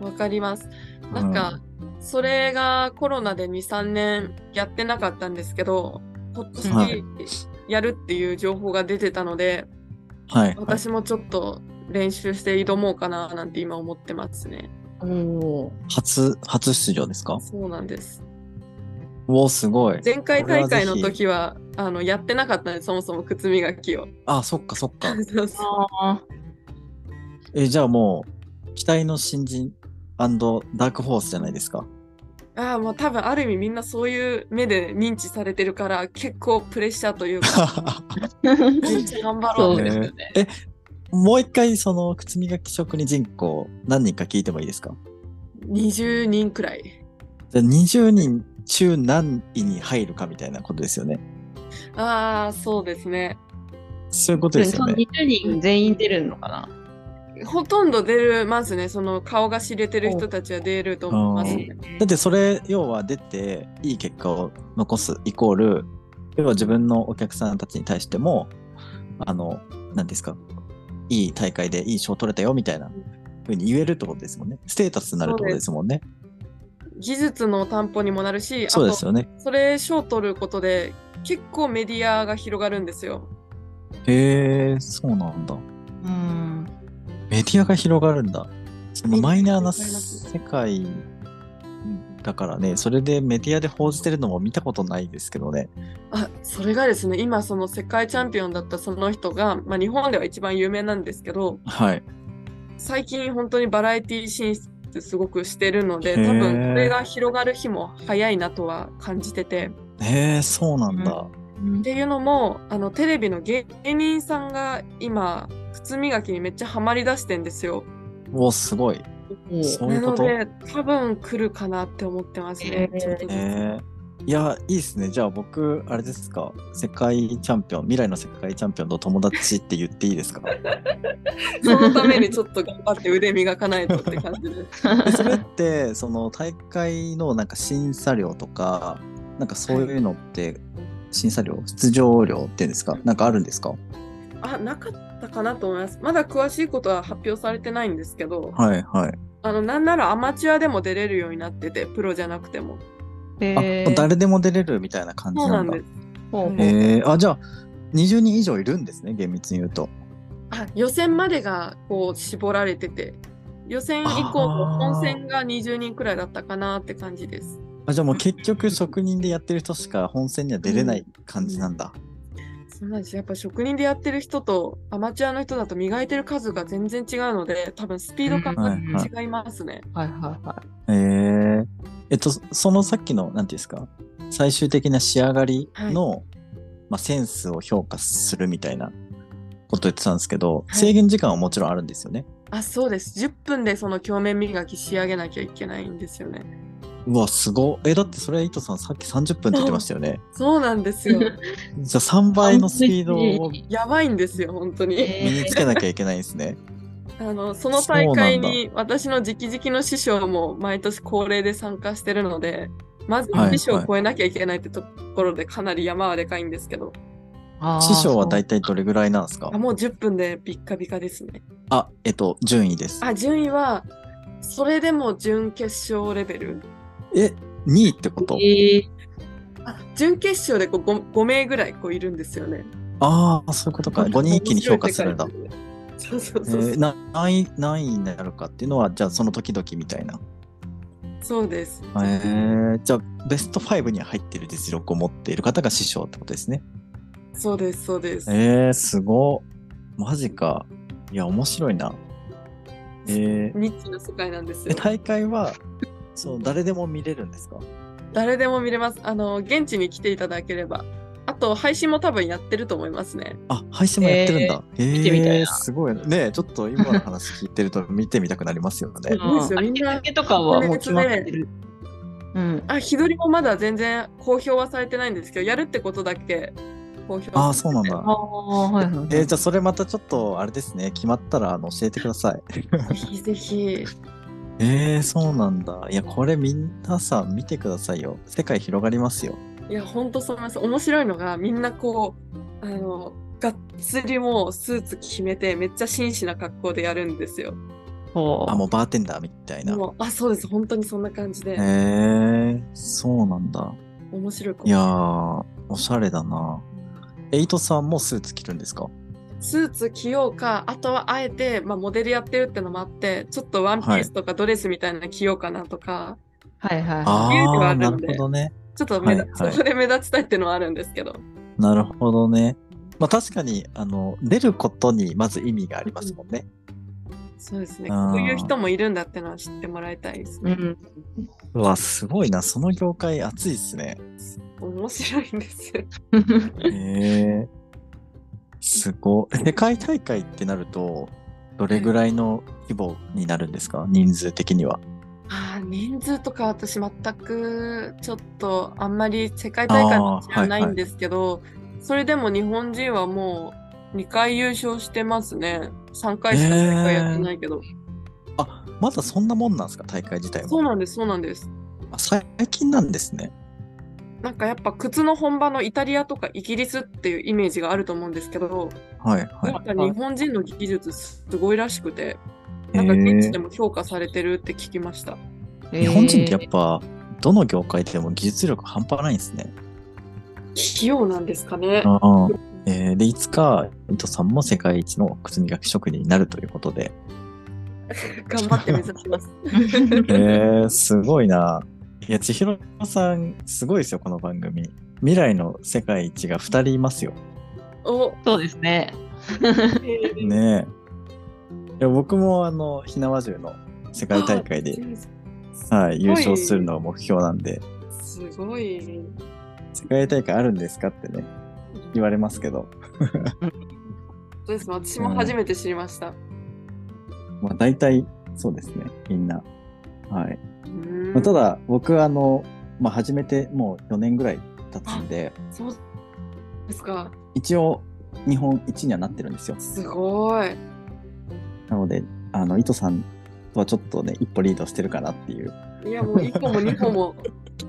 Speaker 3: わかります。なんか、それがコロナで2、3年やってなかったんですけど、今
Speaker 2: は
Speaker 3: 年
Speaker 2: い
Speaker 3: やるっていう情報が出てたので、
Speaker 2: はい。
Speaker 3: 私もちょっと練習して挑もうかななんて今思ってますね。
Speaker 1: おー
Speaker 2: 初、初出場ですか
Speaker 3: そうなんです。
Speaker 2: おお、すごい。
Speaker 3: 前回大会の時はあのやってなかったんでそもそも靴磨きを
Speaker 2: あ、そっかそっか。
Speaker 3: そうそう
Speaker 1: あー
Speaker 2: え、じゃあもう、期待の新人ダークホースじゃないですか。
Speaker 3: ああもう多分ある意味みんなそういう目で認知されてるから結構プレッシャーという か めっちゃ頑張ろうってですよね
Speaker 2: えもう一回その靴磨き職人人口何人か聞いてもいいですか
Speaker 3: 20人くらい
Speaker 2: じゃあ20人中何位に入るかみたいなことですよね。
Speaker 3: ああそうですね
Speaker 2: そういうことです
Speaker 1: そ
Speaker 2: よ
Speaker 1: の
Speaker 2: ね。
Speaker 1: 20人全員出るのかな
Speaker 3: ほとんど出るますねその顔が知れてる人たちは出ると思いますね
Speaker 2: だってそれ要は出ていい結果を残すイコール要は自分のお客さんたちに対してもあの何ですかいい大会でいい賞取れたよみたいな風に言えるってことですもんね。ステータスになるってことですもんね。
Speaker 3: 技術の担保にもなるしあ
Speaker 2: そうで
Speaker 3: と
Speaker 2: すよね。
Speaker 3: それ賞取ることで結構メディアが広がるんですよ
Speaker 2: へえそうなんだ。
Speaker 1: うん。
Speaker 2: メディアが広がるんだ。その
Speaker 3: メディア
Speaker 2: マイナーな
Speaker 3: 広がります
Speaker 2: 世界だからね、それでメディアで報じてるのも見たことないですけどね。
Speaker 3: あそれがですね今その世界チャンピオンだったその人が、まあ、日本では一番有名なんですけど
Speaker 2: はい。
Speaker 3: 最近本当にバラエティ進出すごくしてるので
Speaker 2: へー
Speaker 3: 多分これが広がる日も早いなとは感じてて
Speaker 2: へえ、そうなんだ。
Speaker 3: っていうのもあのテレビの芸芸人さんが今靴磨きにめっちゃハマりだしてんですよ
Speaker 2: おすごい。
Speaker 1: うん
Speaker 2: そうい
Speaker 3: な
Speaker 2: うこ
Speaker 3: の
Speaker 2: と。へ
Speaker 3: で多分来るかなって思ってますね、
Speaker 1: へー
Speaker 3: ちょっとずつ
Speaker 2: え。いや、いいですね。じゃあ僕、あれですか、世界チャンピオン、未来の世界チャンピオンの友達って言っていいですか
Speaker 3: そのためにちょっと頑張って腕磨かないとって感じ です
Speaker 2: でそれって、その大会のなんか審査料とか、なんかそういうのって、審査料、出場料っていうんですかなんかあるんですか
Speaker 3: あなかったかなと思います。まだ詳しいことは発表されてないんですけど、
Speaker 2: はいはい。
Speaker 3: あのなんならアマチュアでも出れるようになってて、プロじゃなくても。
Speaker 1: へ
Speaker 2: あ、
Speaker 1: ー
Speaker 2: もう誰でも出れるみたいな感じ
Speaker 3: そう
Speaker 2: な
Speaker 3: なんん
Speaker 2: だ
Speaker 3: で。す。
Speaker 1: ほうほう
Speaker 2: へえあ、じゃあ、20人以上いるんですね、厳密に言うと。
Speaker 3: あ予選までがこう絞られてて、予選以降の本戦が20人くらいだったかなって感じです。
Speaker 2: あじゃあもう結局職人でやってる人しか本戦には出れない感じなんだ。
Speaker 3: そうなんですやっぱ職人でやってる人とアマチュアの人だと磨いてる数が全然違うので多分スピード感が違いますね。
Speaker 1: はいはいはい。
Speaker 2: へええっとそのさっきのなんていうんですか最終的な仕上がりの、まあ、センスを評価するみたいなこと言ってたんですけど、
Speaker 3: はい
Speaker 2: 制限時間はもちろんあるんですよね。
Speaker 3: あそうです10分でその鏡面磨き仕上げなきゃいけないんですよね。
Speaker 2: うわすごいえだってそれ伊藤さんさっき30分って言ってましたよね。
Speaker 3: そうなんですよ。
Speaker 2: じゃあ3倍のスピードを身
Speaker 3: やばいんですよ本当に。
Speaker 1: え
Speaker 2: につけなきゃいけないんですね。
Speaker 3: あのその大会に私の直々の師匠も毎年恒例で参加してるのでまず
Speaker 2: はい
Speaker 3: 師匠を超えなきゃいけないってところでかなり山はでかいんですけど、
Speaker 2: 師匠は大
Speaker 1: 体
Speaker 2: 体どれぐらいなんですか
Speaker 3: あもう10分でビッカビカですね。
Speaker 2: あえっと順位です。
Speaker 3: あ順位はそれでも準決勝レベル
Speaker 2: え2位ってこと
Speaker 1: えー
Speaker 3: あ準決勝でこう 5, 5名ぐらいこういるんですよね。
Speaker 2: ああそういうこと か5人一気に評価するんだ。
Speaker 3: 面白い世界ですね。そうそう
Speaker 2: え
Speaker 3: そうそう、
Speaker 2: ーな何位何位になるかっていうのはじゃあその時々みたいな。
Speaker 3: そうです。
Speaker 2: えー、じゃあベスト5に入ってる実力を持っている方が師匠ってことですね。
Speaker 3: そうですそうです。
Speaker 2: えー、すごっマジか。いや面白いな。えー、
Speaker 3: ニッチな世界なんです
Speaker 2: え
Speaker 3: よ。
Speaker 2: 大会はそう誰でも見れるんですか
Speaker 3: 誰でも見れます。あの現地に来ていただければ。あと配信も多分やってると思いますね。
Speaker 2: あ配信もやってるんだ。えー
Speaker 1: 見てみたいな
Speaker 2: すごいなねちょっと今の話聞いてると見てみたくなりますよね。
Speaker 3: うですよ
Speaker 1: あ
Speaker 3: みん
Speaker 1: あ
Speaker 3: な
Speaker 1: れだけとかはもう決まってる。うん。
Speaker 3: あ、日取りもまだ全然公表はされてないんですけど、やるってことだけ公表
Speaker 2: ああそうなん
Speaker 3: だ。
Speaker 2: だ
Speaker 1: あ。あ、はいはい。
Speaker 2: えーじゃあそれまたちょっとあれですね決まったらあの教えてください。
Speaker 3: ぜひぜひ。
Speaker 2: えー、そうなんだ。いやこれみんなさん見てくださいよ。世界広がりますよ。
Speaker 3: いや、ほんとそう思います。面白いのが、みんなこう、あの、がっつりもうスーツ決めて、めっちゃ紳士な格好でやるんですよ。
Speaker 1: そ
Speaker 2: あもうバーテンダーみたいな。
Speaker 3: もうあ、そうです。本当にそんな感じ
Speaker 2: へ
Speaker 3: で
Speaker 2: え、ー、そうなんだ。
Speaker 3: 面白く。
Speaker 2: いやーおしゃれだな。エイトさんもスーツ着るんですか
Speaker 3: スーツ着ようか、あとはあえて、まあ、モデルやってるってのもあって、ちょっとワンピースとかドレスみたいなの着ようかなとか、
Speaker 1: はいはい。
Speaker 2: あ
Speaker 3: 自由では
Speaker 2: あ
Speaker 3: あ
Speaker 2: ー
Speaker 3: る
Speaker 2: なんる
Speaker 3: で
Speaker 2: ほどね。
Speaker 3: ちょっと目立、
Speaker 2: はいはい
Speaker 3: そこで目立ちたいってのはあるんですけど。
Speaker 2: なるほどね。まあ確かにあの出ることにまず意味がありますもんね。
Speaker 3: そうですね。
Speaker 2: あ
Speaker 3: こ
Speaker 2: ー
Speaker 3: ういう人もいるんだってのは知ってもらいたいです
Speaker 1: う
Speaker 3: ね。
Speaker 1: ん。
Speaker 2: うわすごいなその業界熱いっすね。
Speaker 3: 面白いんですよ。
Speaker 2: へえすごい。世界大会ってなると、どれぐらいの規模になるんですか人数的には。
Speaker 3: あー人数とか私全くちょっとあんまり世界大会の知らないんですけど、それでも日本人はもう2回優勝してますね。3回しか大会やってないけど。
Speaker 2: あ、まだそんなもんなんですか大会自体
Speaker 3: そう
Speaker 2: は。
Speaker 3: なんです、そうなんです。
Speaker 2: あ最近なんですね。
Speaker 3: なんかやっぱ靴の本場のイタリアとかイギリスっていうイメージがあると思うんですけど、
Speaker 2: はいは
Speaker 3: やっぱ日本人の技術すごいらしくて、
Speaker 2: い。
Speaker 3: なんか現地
Speaker 2: へ
Speaker 3: でも評価されてるって聞きました。
Speaker 2: え日本人ってやっぱ、どの業界でも技術力半端ないんですね。
Speaker 3: 器用なんですかね。
Speaker 2: ああ。えーで、いつか、伊藤さんも世界一の靴磨き職人になるということで。
Speaker 3: 頑張って目指 します。
Speaker 2: えー、すごいな。いや、千尋さん、すごいですよ、この番組。未来の世界一が2人いますよ。
Speaker 3: お、
Speaker 1: そうですね。
Speaker 2: ねえ。いや、僕も、あの、ひなわ銃の世界大会で、はい、優勝するのが目標なんで、
Speaker 3: すごい。
Speaker 2: 世界大会あるんですかってね、言われますけど、
Speaker 3: そうですね。私も初めて知りました。
Speaker 2: まあ、大体、そうですね、みんな。はい。
Speaker 3: うん
Speaker 2: まあ、ただ、僕、あの、まあ、始めてもう4年ぐらい経つんで、
Speaker 3: そうですか。
Speaker 2: 一応、日本一にはなってるんですよ。
Speaker 3: すごい。
Speaker 2: なので、あの、糸さんとはちょっとね、一歩リードしてるかなっていう。
Speaker 3: いや、もう1個も2個も。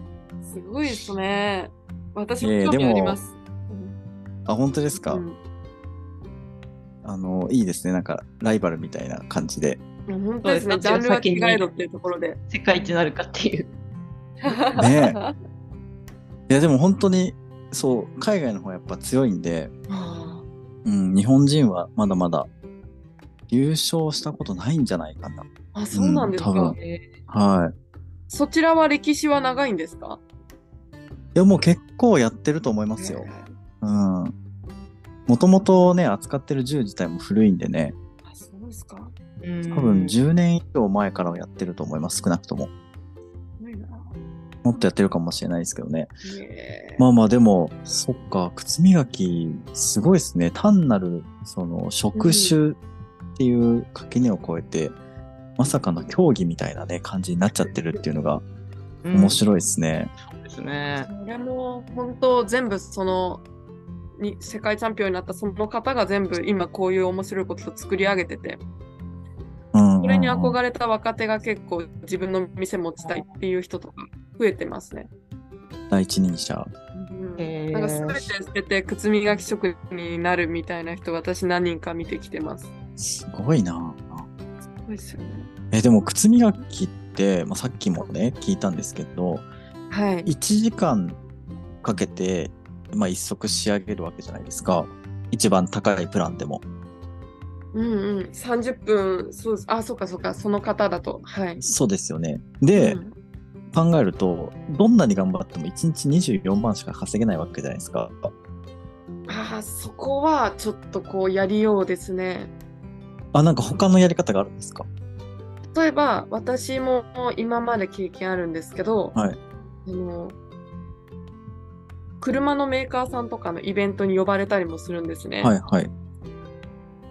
Speaker 3: すごいですね。私
Speaker 2: いやいや
Speaker 3: も興
Speaker 2: で
Speaker 3: 味
Speaker 2: も
Speaker 3: あります。
Speaker 2: あ、本当ですか、
Speaker 3: うん
Speaker 2: あの、いいですね。なんか、ライバルみたいな感じで。
Speaker 3: いや本当です
Speaker 1: そう
Speaker 3: ね。
Speaker 1: です
Speaker 3: ジ
Speaker 1: ね
Speaker 3: ャンルは違えどっていうところで。
Speaker 1: 世界一なるかっていう。
Speaker 2: ねいや、でも本当に、そう、海外の方はやっぱ強いんで、うん、日本人はまだまだ優勝したことないんじゃないかな。
Speaker 3: あ、そうなんですか。
Speaker 2: うん多分
Speaker 1: えー
Speaker 2: はい。
Speaker 3: そちらは歴史は長いんですか。
Speaker 2: いや、もう結構やってると思いますよ。うん。もともとね、扱ってる銃自体も古いんでね、
Speaker 3: あ、そうですか。
Speaker 1: うん
Speaker 2: 多分10年以上前からやってると思います、少なくとも。
Speaker 3: すごいな。
Speaker 2: もっとやってるかもしれないですけどね。
Speaker 3: ねえ
Speaker 2: まあまあでも、そっか、靴磨き、すごいですね。単なる、その、職種っていう垣根を越えて、まさかの競技みたいなね、感じになっちゃってるっていうのが
Speaker 1: うん
Speaker 2: 面白いですね。
Speaker 1: いですね。
Speaker 3: それも本当全部そのに世界チャンピオンになったその方が全部今こういう面白いことを作り上げてて
Speaker 2: うんうんうん
Speaker 3: それに憧れた若手が結構自分の店持ちたいっていう人とか増えてますね。
Speaker 2: 第一人者。
Speaker 3: うん
Speaker 1: へー
Speaker 3: なんか全て捨てて靴磨き職人になるみたいな人私何人か見てきてます。
Speaker 2: すごいな
Speaker 3: そうですよね。
Speaker 2: え、でも靴磨きって、まあ、さっきもね、聞いたんですけど、
Speaker 3: はい。
Speaker 2: 1時間かけて、まあ、一足仕上げるわけじゃないですか。一番高いプランでも。
Speaker 3: うんうん。30分、そうです。あ、そうかそうか。その方だと。はい。
Speaker 2: そうですよね。で、
Speaker 3: うん
Speaker 2: 考えると、どんなに頑張っても1日24万しか稼げないわけじゃないですか。
Speaker 3: あーそこはちょっとこうやりようですね。
Speaker 2: あ、なんか他のやり方があるんですか
Speaker 3: 例えば私も今まで経験あるんですけど、
Speaker 2: はい
Speaker 3: あの車のメーカーさんとかのイベントに呼ばれたりもするんですね。
Speaker 2: はいはい。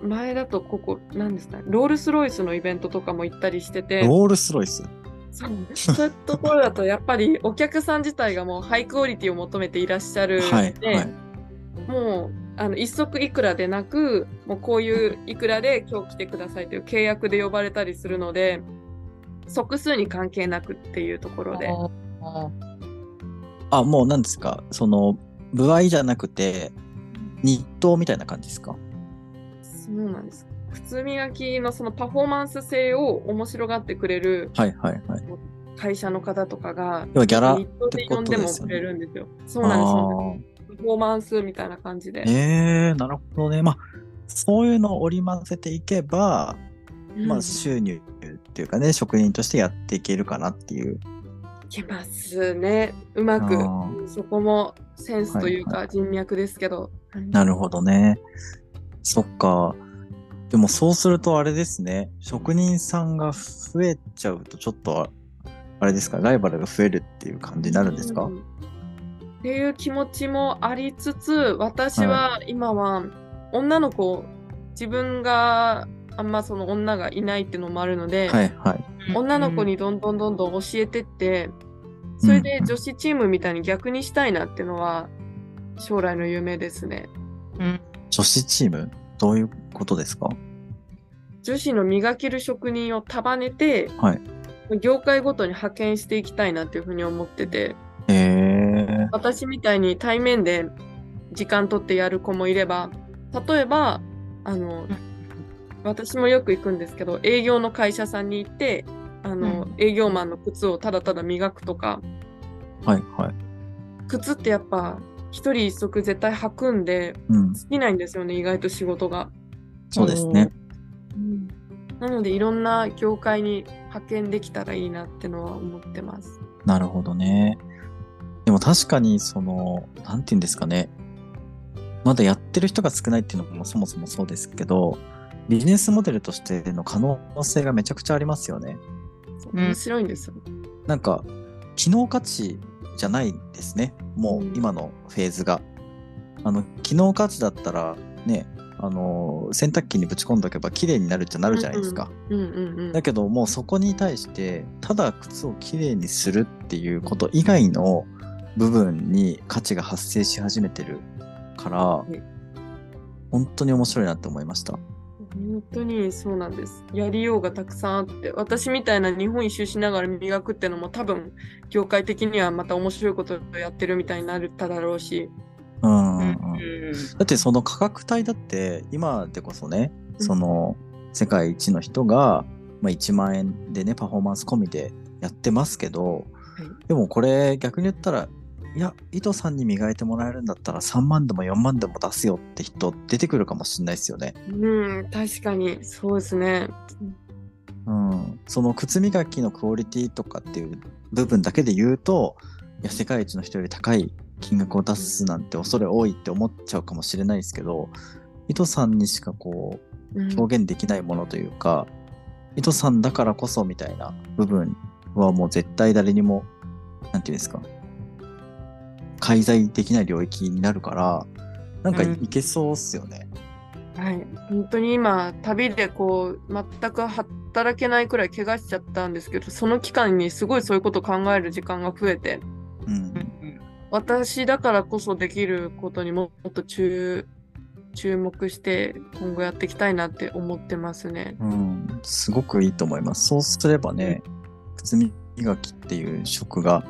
Speaker 3: 前だとここ何ですかロールスロイスのイベントとかも行ったりしてて
Speaker 2: ロールスロイス。
Speaker 3: そうそういうところだとやっぱりお客さん自体がもうハイクオリティを求めていらっしゃる
Speaker 2: は
Speaker 3: の
Speaker 2: い
Speaker 3: で、
Speaker 2: はい。
Speaker 3: もうあの一足いくらでなくもうこういういくらで今日来てくださいという契約で呼ばれたりするので即数に関係なくっていうところで
Speaker 1: あー
Speaker 2: あ、もうなんですかその、部合じゃなくて、日当みたいな感じですか
Speaker 3: そうなんです靴磨きのそのパフォーマンス性を面白がってくれる
Speaker 2: はいはいはい。
Speaker 3: 会社の方とかが
Speaker 2: 要はギャラ
Speaker 3: 日当で呼んでもくれるんですよ。そうなんですそうなん
Speaker 2: あ
Speaker 3: ですパフォーマンスみたいな感じ
Speaker 2: ー。
Speaker 3: で
Speaker 2: えー、なるほどね。まあ、そういうのを織り交ぜていけば、
Speaker 3: うん
Speaker 2: まあ、収入っていうかね、職人としてやっていけるかなっていう。
Speaker 3: いけますね。うま
Speaker 2: あ
Speaker 3: く
Speaker 2: ー
Speaker 3: そこもセンスという
Speaker 2: は
Speaker 3: か人脈ですけど。
Speaker 2: なるほどね。そっか。でもそうするとあれですね。職人さんが増えちゃうとちょっとああれですか、ライバルが増えるっていう感じになるんですか、
Speaker 3: うんっていう気持ちもありつつ私は今は女の子自分があんまその女がいないってのもあるので、
Speaker 2: はいはい。
Speaker 3: 女の子にどんどんどんどん教えてってそれで女子チームみたいに逆にしたいなってのは将来の夢ですね。
Speaker 1: うん
Speaker 2: 女子チームどういうことですか
Speaker 3: 女子の磨ける職人を束ねて、
Speaker 2: はい
Speaker 3: 業界ごとに派遣していきたいなっていうふうに思ってて。
Speaker 2: へえ。
Speaker 3: 私みたいに対面で時間取ってやる子もいれば例えばあの私もよく行くんですけど営業の会社さんに行ってあの、
Speaker 1: うん
Speaker 3: 営業マンの靴をただただ磨くとか
Speaker 2: はいはい。
Speaker 3: 靴ってやっぱ一人一足絶対履くんで
Speaker 2: うん。
Speaker 3: 尽きないんですよね意外と仕事が。
Speaker 2: そうですね。
Speaker 3: なのでいろんな業界に派遣できたらいいなってのは思ってます。
Speaker 2: なるほどね。でも確かに、その、なんて言うんですかね。まだやってる人が少ないっていうのもそもそもそうですけど、ビジネスモデルとしての可能性がめちゃくちゃありますよね。
Speaker 3: そう
Speaker 1: うん
Speaker 3: 面白いんですよ。
Speaker 2: なんか、機能価値じゃないですね。もう
Speaker 3: うん
Speaker 2: 今のフェーズが。あの、機能価値だったら、ね、あの、洗濯機にぶち込んどけば綺麗になるってなるじゃないですか。
Speaker 3: うんうんうん。
Speaker 2: だけどもうそこに対してただ靴をきれいにするっていうこと以外の部分に価値が発生し始めてるから
Speaker 3: い
Speaker 2: 本当に面白いなって思いました。
Speaker 3: 本当にそうなんです。やりようがたくさんあって、私みたいな日本一周しながら磨くってのも多分、業界的にはまた面白いことをやってるみたいになっただろうし。
Speaker 2: うんうん
Speaker 1: う
Speaker 2: うんんだってその価格帯だって今でこそねその世界一の人が、まあ、1万円でねパフォーマンス込みでやってますけど、
Speaker 3: は
Speaker 2: でもこれ逆に言ったらいや、井戸さんに磨いてもらえるんだったら3万でも4万でも出すよって人出てくるかもしれないですよね。
Speaker 3: うん、確かにそうですね。
Speaker 2: うん。その靴磨きのクオリティとかっていう部分だけで言うと、いや、世界一の人より高い金額を出すなんて恐れ多いって思っちゃうかもしれないですけど、井戸さんにしかこう、
Speaker 3: うん
Speaker 2: 表現できないものというか、井戸さんだからこそみたいな部分はもう絶対誰にも、なんていうんですか、介在できない領域になるから、なんか
Speaker 3: うん
Speaker 2: いけそうっすよね。
Speaker 3: はい、本当に今旅でこう全く働けないくらい怪我しちゃったんですけどその期間にすごいそういうこと考える時間が増えて
Speaker 2: うん。
Speaker 3: 私だからこそできることにももっと注注目して今後やっていきたいなって思ってますね。
Speaker 2: うん、すごくいいと思います。そうすればね、靴磨きっていう職が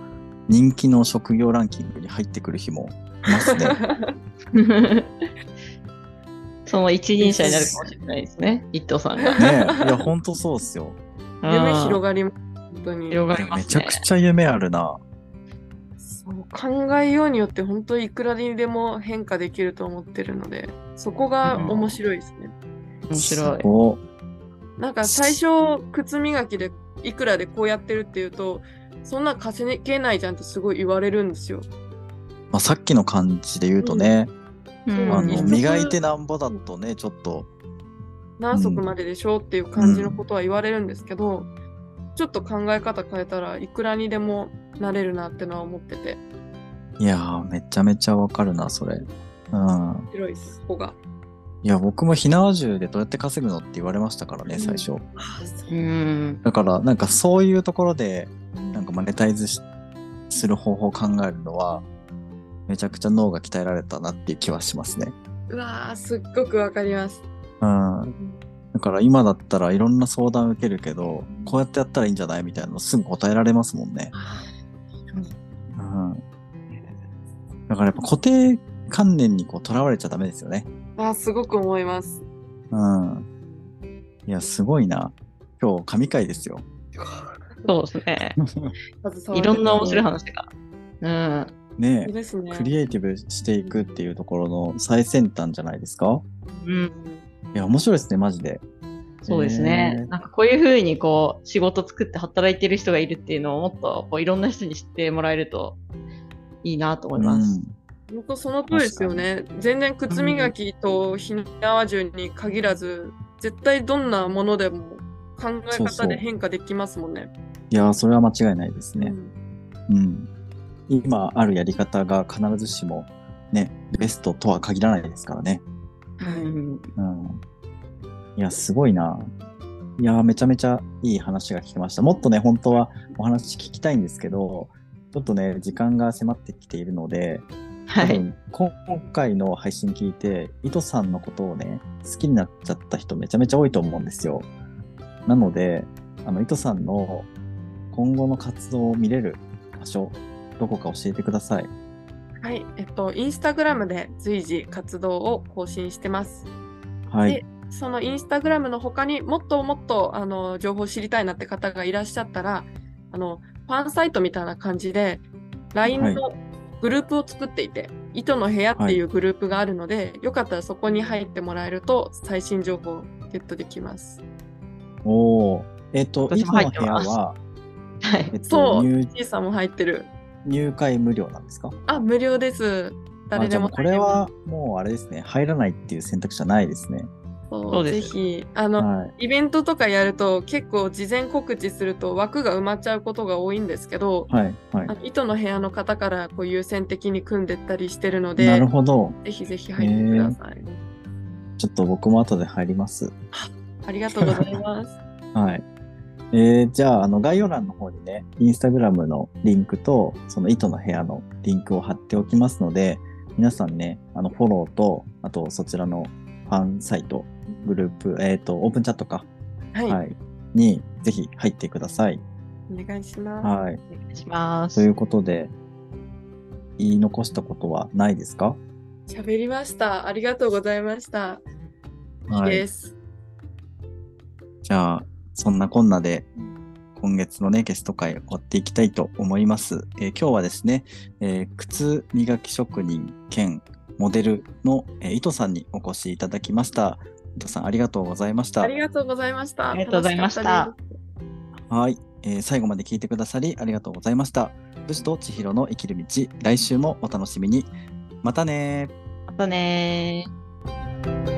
Speaker 2: 人気の職業ランキングに入ってくる日もいます ね。
Speaker 1: その一人者になるかもしれないですね、一等さんが。
Speaker 2: ねえいや、ほんとそうっ すよ。
Speaker 3: 夢
Speaker 1: うん
Speaker 3: 広がります本当に
Speaker 1: 広がりま
Speaker 2: め
Speaker 1: す
Speaker 2: ちゃ
Speaker 1: ね
Speaker 2: く。ちゃ夢あるな。
Speaker 3: そう考えようによって本当いくらにでも変化できると思ってるのでそこが面白いですね。
Speaker 1: 面白い。
Speaker 2: お
Speaker 3: なんか最初靴磨きでいくらでこうやってるっていうとそんな稼げないじゃんってすごい言われるんですよ。
Speaker 2: まあ、さっきの感じで言うとね、
Speaker 1: うん
Speaker 2: あ
Speaker 3: 一
Speaker 2: の
Speaker 3: 足
Speaker 2: 磨いてなんぼだとねちょっと
Speaker 3: 何足まででしょうっていう感じのことは言われるんですけど、ちょっと考え方変えたらいくらにでもなれるなってのは思ってて
Speaker 2: いやーめちゃめちゃわかるなそれ。うん、
Speaker 3: 広いですそこが。
Speaker 2: いや僕も火縄銃でどうやって稼ぐのって言われましたからね
Speaker 3: うん
Speaker 2: 最初、
Speaker 1: うん。
Speaker 2: だからなんかそういうところでなんかマネタイズしする方法を考えるのはめちゃくちゃ脳が鍛えられたなっていう気はしますね。
Speaker 3: うわーすっごくわかります。
Speaker 2: うん、だから今だったらいろんな相談受けるけどこうやってやったらいいんじゃないみたいなのすぐ答えられますもんね。うん、だからやっぱ固定観念にこうとらわれちゃダメですよね。
Speaker 3: あーすごく思います。
Speaker 2: うん。いや、すごいな。今日、神回ですよ。
Speaker 1: そうですね。
Speaker 3: 携わ
Speaker 1: い
Speaker 3: れて
Speaker 1: ろんな面白い話が。うん。
Speaker 2: ね
Speaker 3: いいです
Speaker 2: え、
Speaker 3: ね
Speaker 2: ク。リエイティブしていくっていうところの最先端じゃないですか
Speaker 1: うん。
Speaker 2: いや、面白いですね、マジで。
Speaker 1: そうですね。
Speaker 2: えー
Speaker 1: なんかこういうふうにこう仕事作って働いてる人がいるっていうのをもっとこういろんな人に知ってもらえるといいなと思います。
Speaker 3: 本当その通りですよね。全然靴磨きと火縄銃に限らず、絶対どんなものでも考え
Speaker 2: そうそ
Speaker 3: 方
Speaker 2: う
Speaker 3: で変化できますもんね。
Speaker 2: いや、それは間違いないです
Speaker 3: う
Speaker 2: ね。
Speaker 3: ん
Speaker 2: うん。今あるやり方が必ずしも、ね、ベストとは限らないですからね。
Speaker 3: はい
Speaker 2: うん。いや、すごいな。いや、めちゃめちゃいい話が聞きました。もっとね、本当はお話聞きたいんですけど、ちょっとね、時間が迫ってきているので、
Speaker 1: は
Speaker 2: 多
Speaker 1: い。
Speaker 2: 分今回の配信聞いて、井戸さんのことをね、好きになっちゃった人めちゃめちゃ多いと思うんですよ。なので、あの、井戸さんの今後の活動を見れる場所、どこか教えてください。
Speaker 3: はい、えっと、インスタグラムで随時活動を更新してます。
Speaker 2: はい
Speaker 3: で。そのインスタグラムの他にもっともっとあの情報を知りたいなって方がいらっしゃったら、あのファンサイトみたいな感じで、LINE のグループを作っていて、糸の部屋っていうグループがあるので、よかったらそこに入ってもらえると、最新情報をゲットできます。
Speaker 2: おーえっ、と、井
Speaker 1: 私
Speaker 2: 戸
Speaker 1: も入
Speaker 2: の
Speaker 1: って
Speaker 2: 部屋
Speaker 1: ます
Speaker 2: は、
Speaker 1: はい
Speaker 2: え。っと、
Speaker 3: そう
Speaker 2: 入、
Speaker 3: T さんも入ってる。
Speaker 2: 入会無料なんですか
Speaker 3: あ、無料です。誰
Speaker 2: あじ
Speaker 3: で
Speaker 2: ゃあも
Speaker 3: も
Speaker 2: うこれはもうあれですね、入らないっていう選択肢はないですね。
Speaker 3: そ
Speaker 1: そう
Speaker 3: う、
Speaker 1: で
Speaker 3: ぜ
Speaker 1: す
Speaker 3: ひ、あの、
Speaker 2: はい。
Speaker 3: イベントとかやると結構事前告知すると枠が埋まっちゃうことが多いんですけど、
Speaker 2: はい。は
Speaker 3: あ
Speaker 2: い。
Speaker 3: の糸の部屋の方からこう優先的に組んでったりしてるの
Speaker 2: な
Speaker 3: で
Speaker 2: る、ほど。
Speaker 3: ぜひぜひ入ってください。
Speaker 2: ちょっと僕も後で入ります。
Speaker 3: ありがとうござい ます。
Speaker 2: はい。えー、じゃあ、あの、概要欄の方にね、インスタグラムのリンクと、その糸の部屋のリンクを貼っておきますので、皆さんね、あの、フォローと、あと、そちらのファンサイト、グループ、えっ、と、オープンチャットか、
Speaker 3: はい、
Speaker 2: はい、に、ぜひ入ってください。
Speaker 3: お願いします。
Speaker 2: はい。
Speaker 1: お願いしま
Speaker 2: とい
Speaker 1: す。
Speaker 2: うことで、言い残したことはないですか
Speaker 3: 喋りました。ありがとうございました。いい
Speaker 2: はい
Speaker 3: で。す。
Speaker 2: じゃあ、そんなこんなで、今月のね、ゲスト会を追っていきたいと思います。えー今日はですね、えー靴磨き職人兼モデルの、えー、伊藤さんにお越しいただきました。伊藤さん、ありがとうございました。
Speaker 3: ありがとうございました。
Speaker 1: ありがとうございました
Speaker 3: 楽かっです
Speaker 2: はい、えー最後まで聞いてくださりありがとうございました。武士と千尋の生きる道、来週もお楽しみに。またねー。
Speaker 1: またねー。